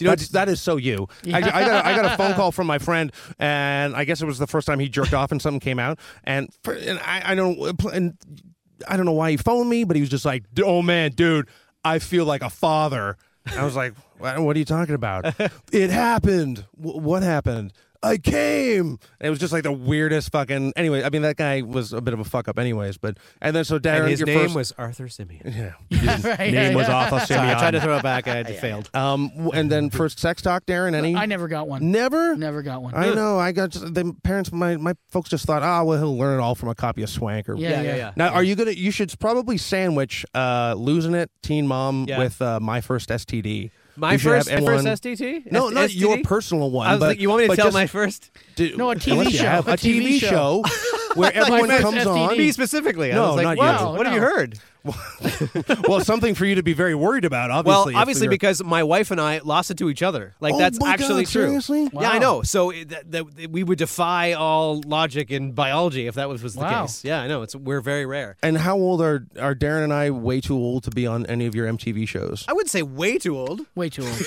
L: You know,
A: That's, that is so you. I, I
D: Yeah.
A: got a, I got a phone call from my friend, and I guess it was the first time he jerked off, and something came out, and for, and I, I don't and I don't know why he phoned me, but he was just like, "D- "Oh man, dude, I feel like a father." And I was like, "Wha- "What are you talking about? it happened. W- what happened?" I came. And it was just like the weirdest fucking. Anyway, I mean that guy was a bit of a fuck up, anyways. But and then so Darren,
L: and his
A: your
L: name
A: first-
L: was Arthur Simeon.
A: Yeah,
L: his
A: Right, name yeah, was yeah. Arthur
L: Sorry, I
A: Simeon.
L: tried to throw it back. I failed.
A: Um, w- and then first sex talk, Darren. Any?
D: I never got one.
A: Never?
D: Never got one.
A: I know. I got the parents. My my folks just thought, ah, well, he'll learn it all from a copy of Swank or
D: Yeah, Yeah, yeah, yeah.
A: Now, are you gonna? You should probably sandwich uh, losing it, Teen Mom,
L: Yeah.
A: with uh, my first STD.
L: My
A: You should have
L: first- my first
A: everyone-
L: STT?
A: No,
L: S-
A: not
L: STD?
A: your personal one.
L: I was
A: but-
L: like, you want me to
A: but
L: tell
A: just-
L: my first?
A: Do-
L: No, a TV
A: unless you
L: show.
A: have
L: A
A: a
L: TV
A: TV show
L: show.
A: where
L: My
A: everyone
L: first
A: comes on.
L: STD. Me specifically. I
A: No,
L: was
A: not
L: like, wow,
A: you.
L: what have you No. heard?
A: well, something for you to be very worried about, obviously.
L: well, obviously
A: if you're-
L: because my wife and I lost it to each other. Like
A: Oh
L: that's
A: my
L: actually
A: God,
L: true.
A: seriously?
L: Yeah, I
A: Wow.
L: know. So it, that, that, we would defy all logic in biology if that was, was the
A: Wow.
L: case. Yeah, I know. It's we're very rare.
A: And how old are are Darren and I? Way too old to be on any of your MTV shows.
L: I would say way too old.
D: Way too old.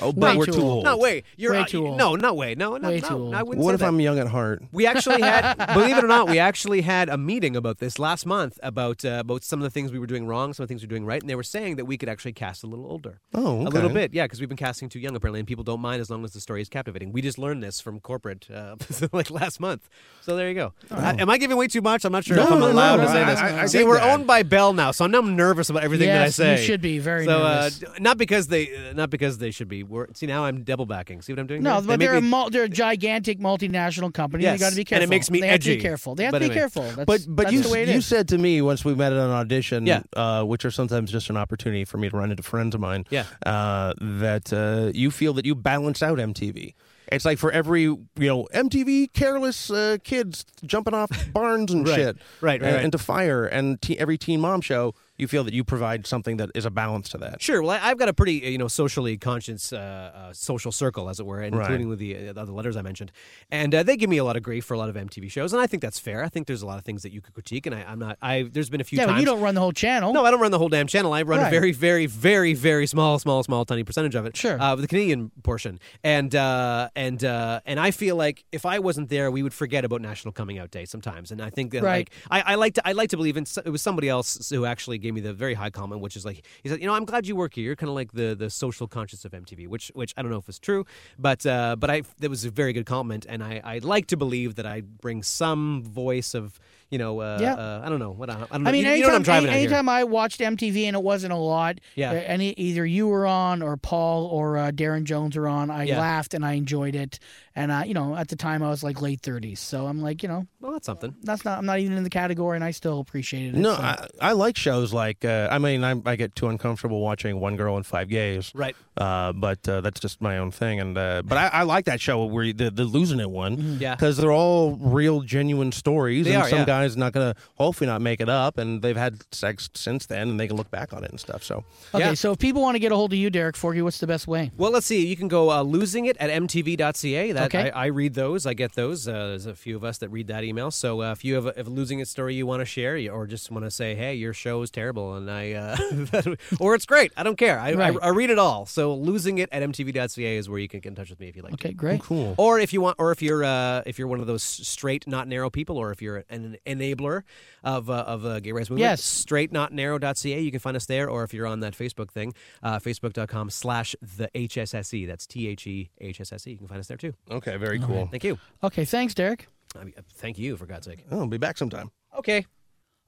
A: Oh, but we're too old.
L: No, wait. You're
D: Way
L: uh,
D: too old.
L: No, not way. No, no,
D: Way
L: no,
D: too
L: no,
D: old.
L: I wouldn't
A: What
L: say
A: if
L: that.
A: I'm young at heart?
L: We actually had, believe it or not, we actually had a meeting about this last month about uh, about some of the things we were doing wrong, some of the things we were doing right, and they were saying that we could actually cast a little older.
A: Oh,
L: a little
A: okay.
L: bit, yeah, because we've been casting too young apparently, and people don't mind as long as the story is captivating. We just learned this from corporate uh, like last month, so there you go. I- am I giving way too much? I'm not sure
A: Oh. No,
L: if I'm
A: no, no,
L: allowed to
A: no,
L: say
A: I-
L: this.
A: I- I
L: See,
A: dig
L: we're
A: that.
L: owned by Bell now, so I'm now nervous about everything
D: Yes,
L: that I
D: you
L: say.
D: should be very
L: so,
D: nervous.
L: Uh, d- not because they, uh, not because they should be. We're, see, now I'm double backing. See what I'm doing?
D: No,
L: here?
D: but
L: They make
D: they're a
L: me-
D: mul- they're a gigantic multinational company.
L: Yes,
D: You got to be
L: and it
D: careful.
L: makes me
D: they Have
L: edgy,
D: to be careful. They have
L: but
D: to be
L: anyway.
D: careful. That's,
A: but but
D: that's
A: you
D: the way it
A: you
D: is.
A: said to me once we met at an audition,
D: Yeah.
A: uh, which are sometimes just an opportunity for me to run into friends of mine,
L: Yeah.
A: uh, that uh, you feel that you balance out MTV. It's like for every you know MTV careless uh, kids jumping off barns and
L: Right,
A: shit,
L: right, right,
A: and,
L: right.
A: and to fire and te- every teen mom show, you feel that you provide something that is a balance to that.
L: Sure. Well, I- I've got a pretty uh, you know socially conscious uh, uh, social circle, as it were,
A: Right.
L: including with the, uh, the other letters I mentioned, and uh, they give me a lot of grief for a lot of MTV shows, and I think that's fair. I think there's a lot of things that you could critique, and I, I'm not. I there's been a few
D: yeah,
L: times.
D: but you don't run the whole channel.
L: No, I don't run the whole damn channel. I run a
D: Right.
L: very, very, very, very small, small, small, tiny percentage of it. Sure. Uh, the Canadian portion, and uh, and uh, and I feel like if I wasn't there, we would forget about National Coming Out Day sometimes. And I think that
D: Right.
L: like I, I like to I like to believe in so- it was somebody else who actually gave me the very high comment, which is like he said, you know, I'm glad you work here. You're kind of like the the social conscience of MTV, which which I don't know if it's true, but uh, but I that was a very good comment, and I I like to believe that I bring some voice of. You know, uh,
D: Yeah.
L: uh, I don't know what I, I don't know.
D: I mean,
L: you,
D: anytime,
L: you know what I'm driving
D: any-
L: at here.
D: anytime I watched MTV and it wasn't a lot,
L: Yeah.
D: uh, any either you were on or Paul or uh, Darren Jones were on, I
L: Yeah.
D: laughed and I enjoyed it. And I, you know, at the time I was like late 30s, so I'm like, you know,
L: Well, that's something.
D: that's not I'm not even in the category, and I still appreciated it.
A: No,
D: so.
A: I, I like shows like uh, I mean I, I get too uncomfortable watching One Girl and Five Gays,
L: Right.
A: Uh, but uh, that's just my own thing, and uh, but I, I like that show where you- the the losing it one,
L: Mm-hmm. Yeah.
A: because they're all real genuine stories,
L: They
A: and
L: are,
A: some
L: yeah.
A: guys not gonna hopefully not make it up, and they've had sex since then, and they can look back on it and stuff. So
D: okay, so if people want to get a hold of you, Derek Forgy, what's the best way?
L: Well, let's see. You can go uh, losing it at mtv.ca. That
D: Okay.
L: I, I read those. I get those. Uh, there's a few of us that read that email. So uh, if you have a, if a losing it story you want to share, you- or just want to say, hey, your show is terrible, and I, uh, or it's great. I don't care. I,
D: Right.
L: I, I read it all. So losing it at mtv.ca is where you can get in touch with me if you like.
D: Okay, great.
A: cool.
L: Or if you want, or if you're uh, if you're one of those straight, not narrow people, or if you're an enabler of uh, of uh, gay rights movement,
D: Yes.
L: straight not narrow.ca, you can find us there. Or if you're on that Facebook thing, uh, facebook.com slash the HSSE. That's T H E H S S E. You can find us there too.
A: okay, very cool.
L: Thank you.
D: Okay, thanks, Derek.
L: I mean, uh, thank you for God's sake.
A: Oh, be back sometime.
L: Okay.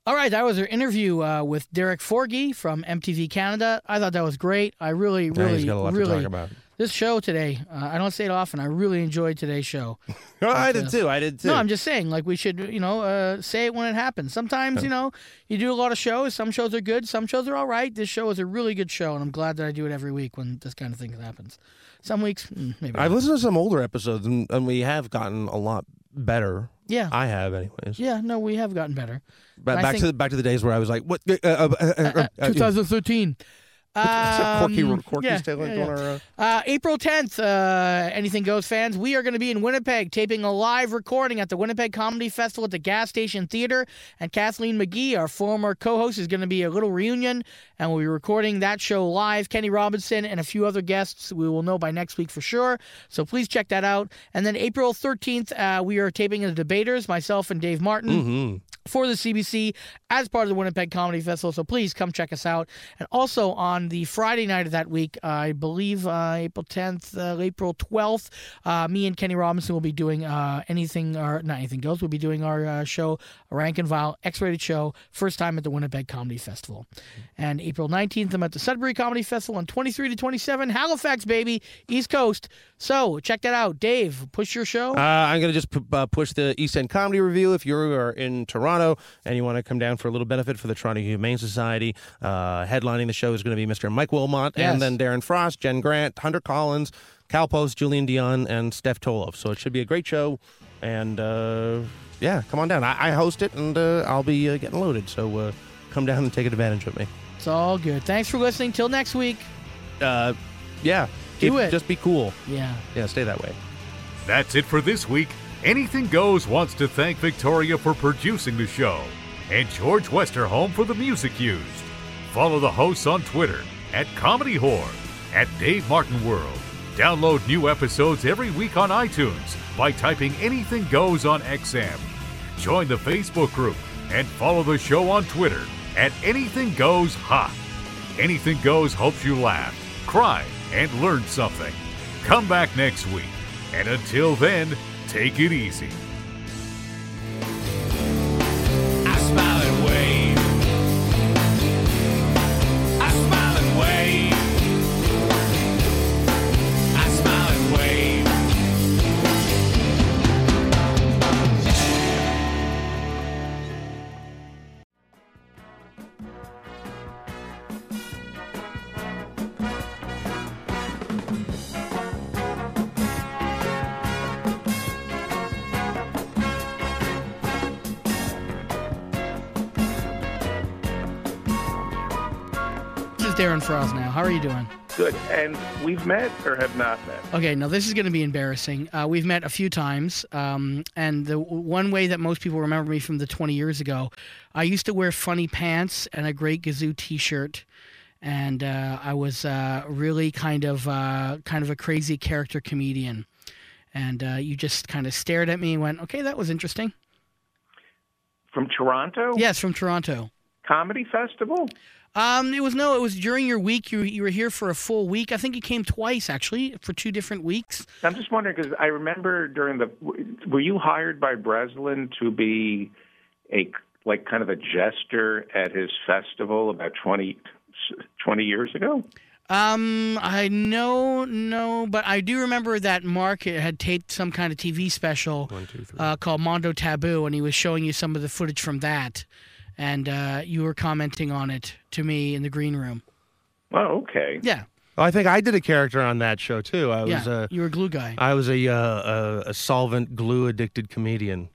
D: All right, that was our interview uh, with Derek Forgy from MTV Canada. I thought that was great. I really,
A: Yeah,
D: really,
A: he's got a lot to
D: really
A: talk about.
D: this show today. Uh, I don't say it often. I really enjoyed today's show.
A: I did too. I did too.
D: No, I'm just saying, like we should, you know, uh, say it when it happens. Sometimes, you know, you do a lot of shows. Some shows are good. Some shows are all right. This show is a really good show, and I'm glad that I do it every week when this kind of thing happens. Some weeks, mm, maybe.
A: I've
D: not.
A: listened to some older episodes, and, and we have gotten a lot better.
D: Yeah.
A: I have, anyways.
D: yeah, no, we have gotten better.
A: But
D: And I
A: back
D: think-
A: to the, back to the days where I was like, what? Uh, uh, uh, uh, uh, uh,
D: 2013.
A: Quirky-
D: Um,
A: quirky Stanley doing our, uh,
D: Uh, April 10th, uh, Anything Goes fans, we are going to be in Winnipeg taping a live recording at the Winnipeg Comedy Festival at the Gas Station Theater. And Kathleen McGee, our former co host, is going to be a little reunion, and we'll be recording that show live. Kenny Robinson and a few other guests we will know by next week for sure. So please check that out. And then April 13th, uh, we are taping the debaters, myself and Dave Martin
A: Mm-hmm.
D: for the CBC as part of the Winnipeg Comedy Festival. So please come check us out. And also on the Friday night of that week, I believe uh, April 10th, uh, April 12th, uh, me and Kenny Robinson will be doing uh, anything or not anything goes. We'll be doing our uh, show, Rank and Vile X-rated show, first time at the Winnipeg Comedy Festival. And April 19th, I'm at the Sudbury Comedy Festival on 23 to 27, Halifax, baby, East Coast. So check that out. Dave, push your show.
A: Uh, I'm going to just p- uh, push the East End Comedy Review. If you are in Toronto and you want to come down for a little benefit for the Toronto Humane Society, uh, headlining the show is going to be Mr. Mike Wilmot
D: Yes.
A: and then Darren Frost, Jen Grant, Hunter Collins, Cal Post, Julian Dion, and Steph Toloff. So it should be a great show. And uh, yeah, come on down. I, I host it and uh, I'll be uh, getting loaded. So uh, come down and take advantage of me.
D: It's all good. Thanks for listening. Till next week.
A: Uh, yeah.
D: Do
A: Keep-
D: it.
A: Just be cool.
D: Yeah.
A: Yeah, stay that way.
C: That's it for this week. Anything Goes wants to thank Victoria for producing the show and George Westerholm for the music used. Follow the hosts on Twitter at Comedy Whore, at Dave Martin World. Download new episodes every week on iTunes by typing Anything Goes on XM. Join the Facebook group and follow the show on Twitter at Anything Goes Hot. Anything Goes hopes you laugh, cry, and learn something. Come back next week. And until then, take it easy.
O: I smile and wave. I smile and wave. I smile and wave.
D: This is Darren Frost now. How are you doing?
J: Good. And we've met or have not met?
D: Okay, now this is going to be embarrassing. Uh, we've met a few times, um, and the w- one way that most people remember me from the 20 years ago, I used to wear funny pants and a great Gazoo T-shirt, and uh, I was uh, really kind of uh, kind of a crazy character comedian. And uh, you just kind of stared at me and went, "Okay, that was interesting."
J: From Toronto?
D: Yes, from Toronto.
J: Comedy Festival?
D: Um, it was no, it was during your week. You you were here for a full week. I think you came twice actually for two different weeks.
J: I'm just wondering because I remember during the. Were you hired by Breslin to be a like kind of a jester at his festival about 20, 20 years ago?
D: Um, I know, no, but I do remember that Mark had taped some kind of TV special Uh, called Mondo Taboo, and he was showing you some of the footage from that, and uh, you were commenting on it to me in the green room.
J: Oh, okay.
D: Yeah,
A: Oh, I think I did a character on that show too. I was
D: yeah,
A: uh,
D: you were a glue guy.
A: I was a, uh, a a solvent glue addicted comedian.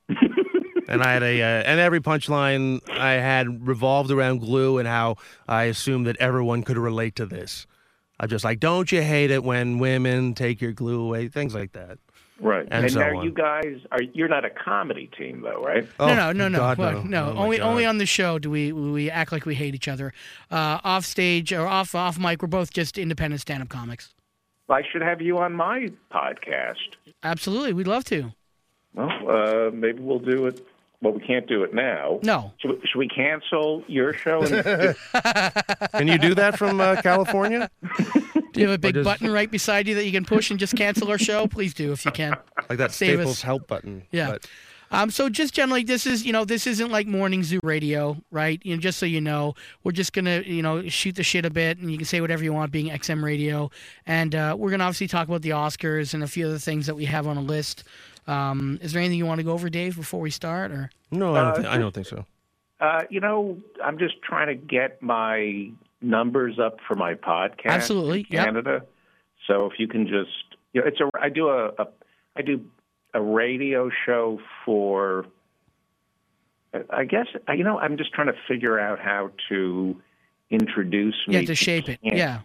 A: and I had a uh, and every punchline I had revolved around glue and how I assumed that everyone could relate to this. I'm just like, don't you hate it when women take your glue away? Things like that.
J: Right.
A: And, so
J: are
A: on.
J: you guys are you're not a comedy team though, right?
A: Oh,
D: no, no, no, no, Well, no. only, only on the show do we we act like we hate each other. Uh, off stage or off off mic, we're both just independent stand up comics.
J: I should have you on my podcast.
D: Absolutely, we'd love to.
J: Well, uh, maybe we'll do it. Well, we can't do it now.
D: No.
J: Should we, should we cancel your show? And,
A: Can you do that from uh, California?
D: Do you have a
A: Or
D: big
A: does-
D: button right beside you that you can push and just cancel our show? Please do if you can.
A: Like that
D: Save
A: Staples
D: us.
A: help button.
D: Yeah.
A: But
D: Um, so just generally, this is you know this isn't like morning zoo radio, right? You know, just so you know, we're just gonna you know shoot the shit a bit, and you can say whatever you want, being XM radio, and uh, we're gonna obviously talk about the Oscars and a few other things that we have on a list. Um, is there anything you want to go over, Dave, before we start? Or
A: no, I don't, thi- I don't think so.
J: uh, you know, I'm just trying to get my numbers up for my podcast.
D: Absolutely,
J: in
D: yep.
J: Canada. So if you can just, you know, it's a. I do a, a I do a radio show for. I guess you know. I'm just trying to figure out how to introduce me.
D: Yeah, to shape it. Yeah.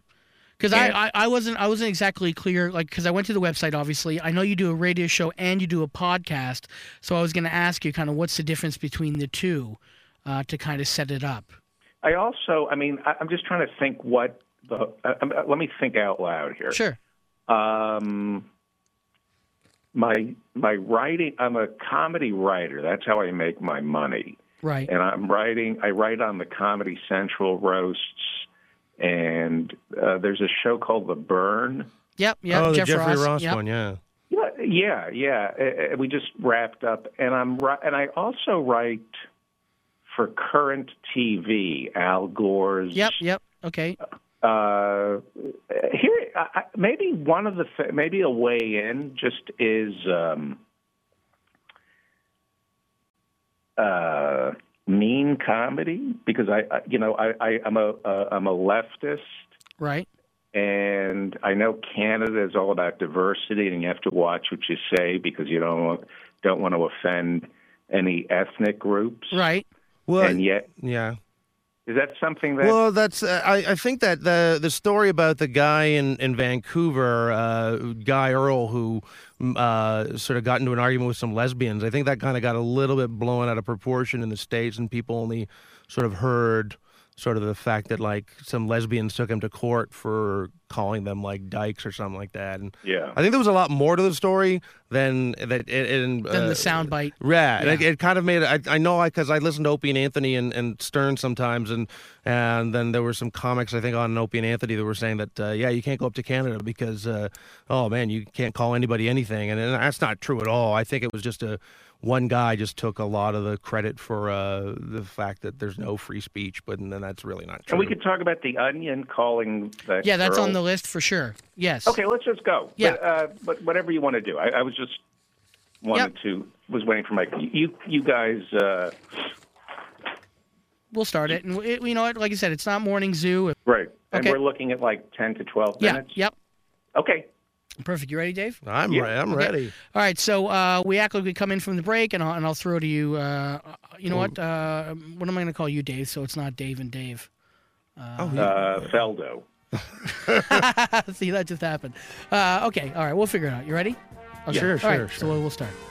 D: Because I, I, I wasn't I wasn't exactly clear like because I went to the website obviously I know you do a radio show and you do a podcast so I was going to ask you kind of what's the difference between the two uh, to kind of set it up
J: I also, I mean, I, I'm just trying to think what the. I, I'm, let me think out loud here.
D: Sure.
J: Um, my my writing. I'm a comedy writer. That's how I make my money.
D: right
J: And I'm writing. I write on the Comedy Central roasts, and uh, there's a show called The Burn.
D: yep yep
A: oh, the
D: Jeff
A: Jeffrey
D: Ross,
A: Ross,
D: yep.
A: one, yeah.
J: Yeah, yeah, yeah. Uh, uh, We just wrapped up, and I'm ri- and I also write for current TV. Al Gore's
D: yep yep okay
J: uh, here, I, I- maybe one of the th- maybe a way in just is um, uh, mean comedy because I, I you know I, I I'm a uh, I'm a leftist
D: right
J: and I know Canada is all about diversity and you have to watch what you say because you don't want, don't want to offend any ethnic groups
D: right
A: Well,
J: and yet
A: yeah.
N: Is that something that?
A: Well, that's uh, I, I think that the the story about the guy in in Vancouver, uh, Guy Earl, who mm, uh, sort of got into an argument with some lesbians. I think that kind of got a little bit blown out of proportion in the states, and people only sort of heard sort of the fact that like some lesbians took him to court for calling them like dykes or something like that. And
N: Yeah.
A: I think there was a lot more to the story than that. It, and,
D: Than the
A: uh,
D: soundbite.
A: yeah,
D: Yeah.
A: It, it kind of made I, I know because I, listened to Opie and Anthony and, and Stern sometimes, and and then there were some comics I think on Opie and Anthony that were saying that uh, yeah, you can't go up to Canada because uh, oh man, you can't call anybody anything, and, and that's not true at all. I think it was just a one guy just took a lot of the credit for uh, the fact that there's no free speech, but and then that's really not true.
N: And we could talk about the Onion calling the.
D: Yeah, that's
N: girl-
D: on the list for sure. Yes.
N: Okay, let's just go.
D: Yeah.
N: But, uh, but whatever you want to do, I, I was just wanted to was waiting for my you you guys. Uh,
D: We'll start it, and it, you know what? Like I said, it's not morning zoo.
N: right, and
D: Okay.
N: we're looking at like ten to twelve
D: Yeah.
N: minutes.
D: Yep.
N: Okay.
D: Perfect. You ready, Dave?
A: I'm
N: Yeah.
A: re- I'm
D: Okay.
A: ready.
D: All right. So uh, we act like we come in from the break, and I'll, and I'll throw to you. Uh, you
A: Oh.
D: know what? Uh, what am I going to call you, Dave? So it's not Dave and Dave.
A: Oh,
D: Uh,
N: uh, Feldo.
D: See, that just happened. Uh, okay. All right. We'll figure it out. You ready? Okay.
A: Sure,
D: All right,
A: sure,
D: So we'll, we'll start.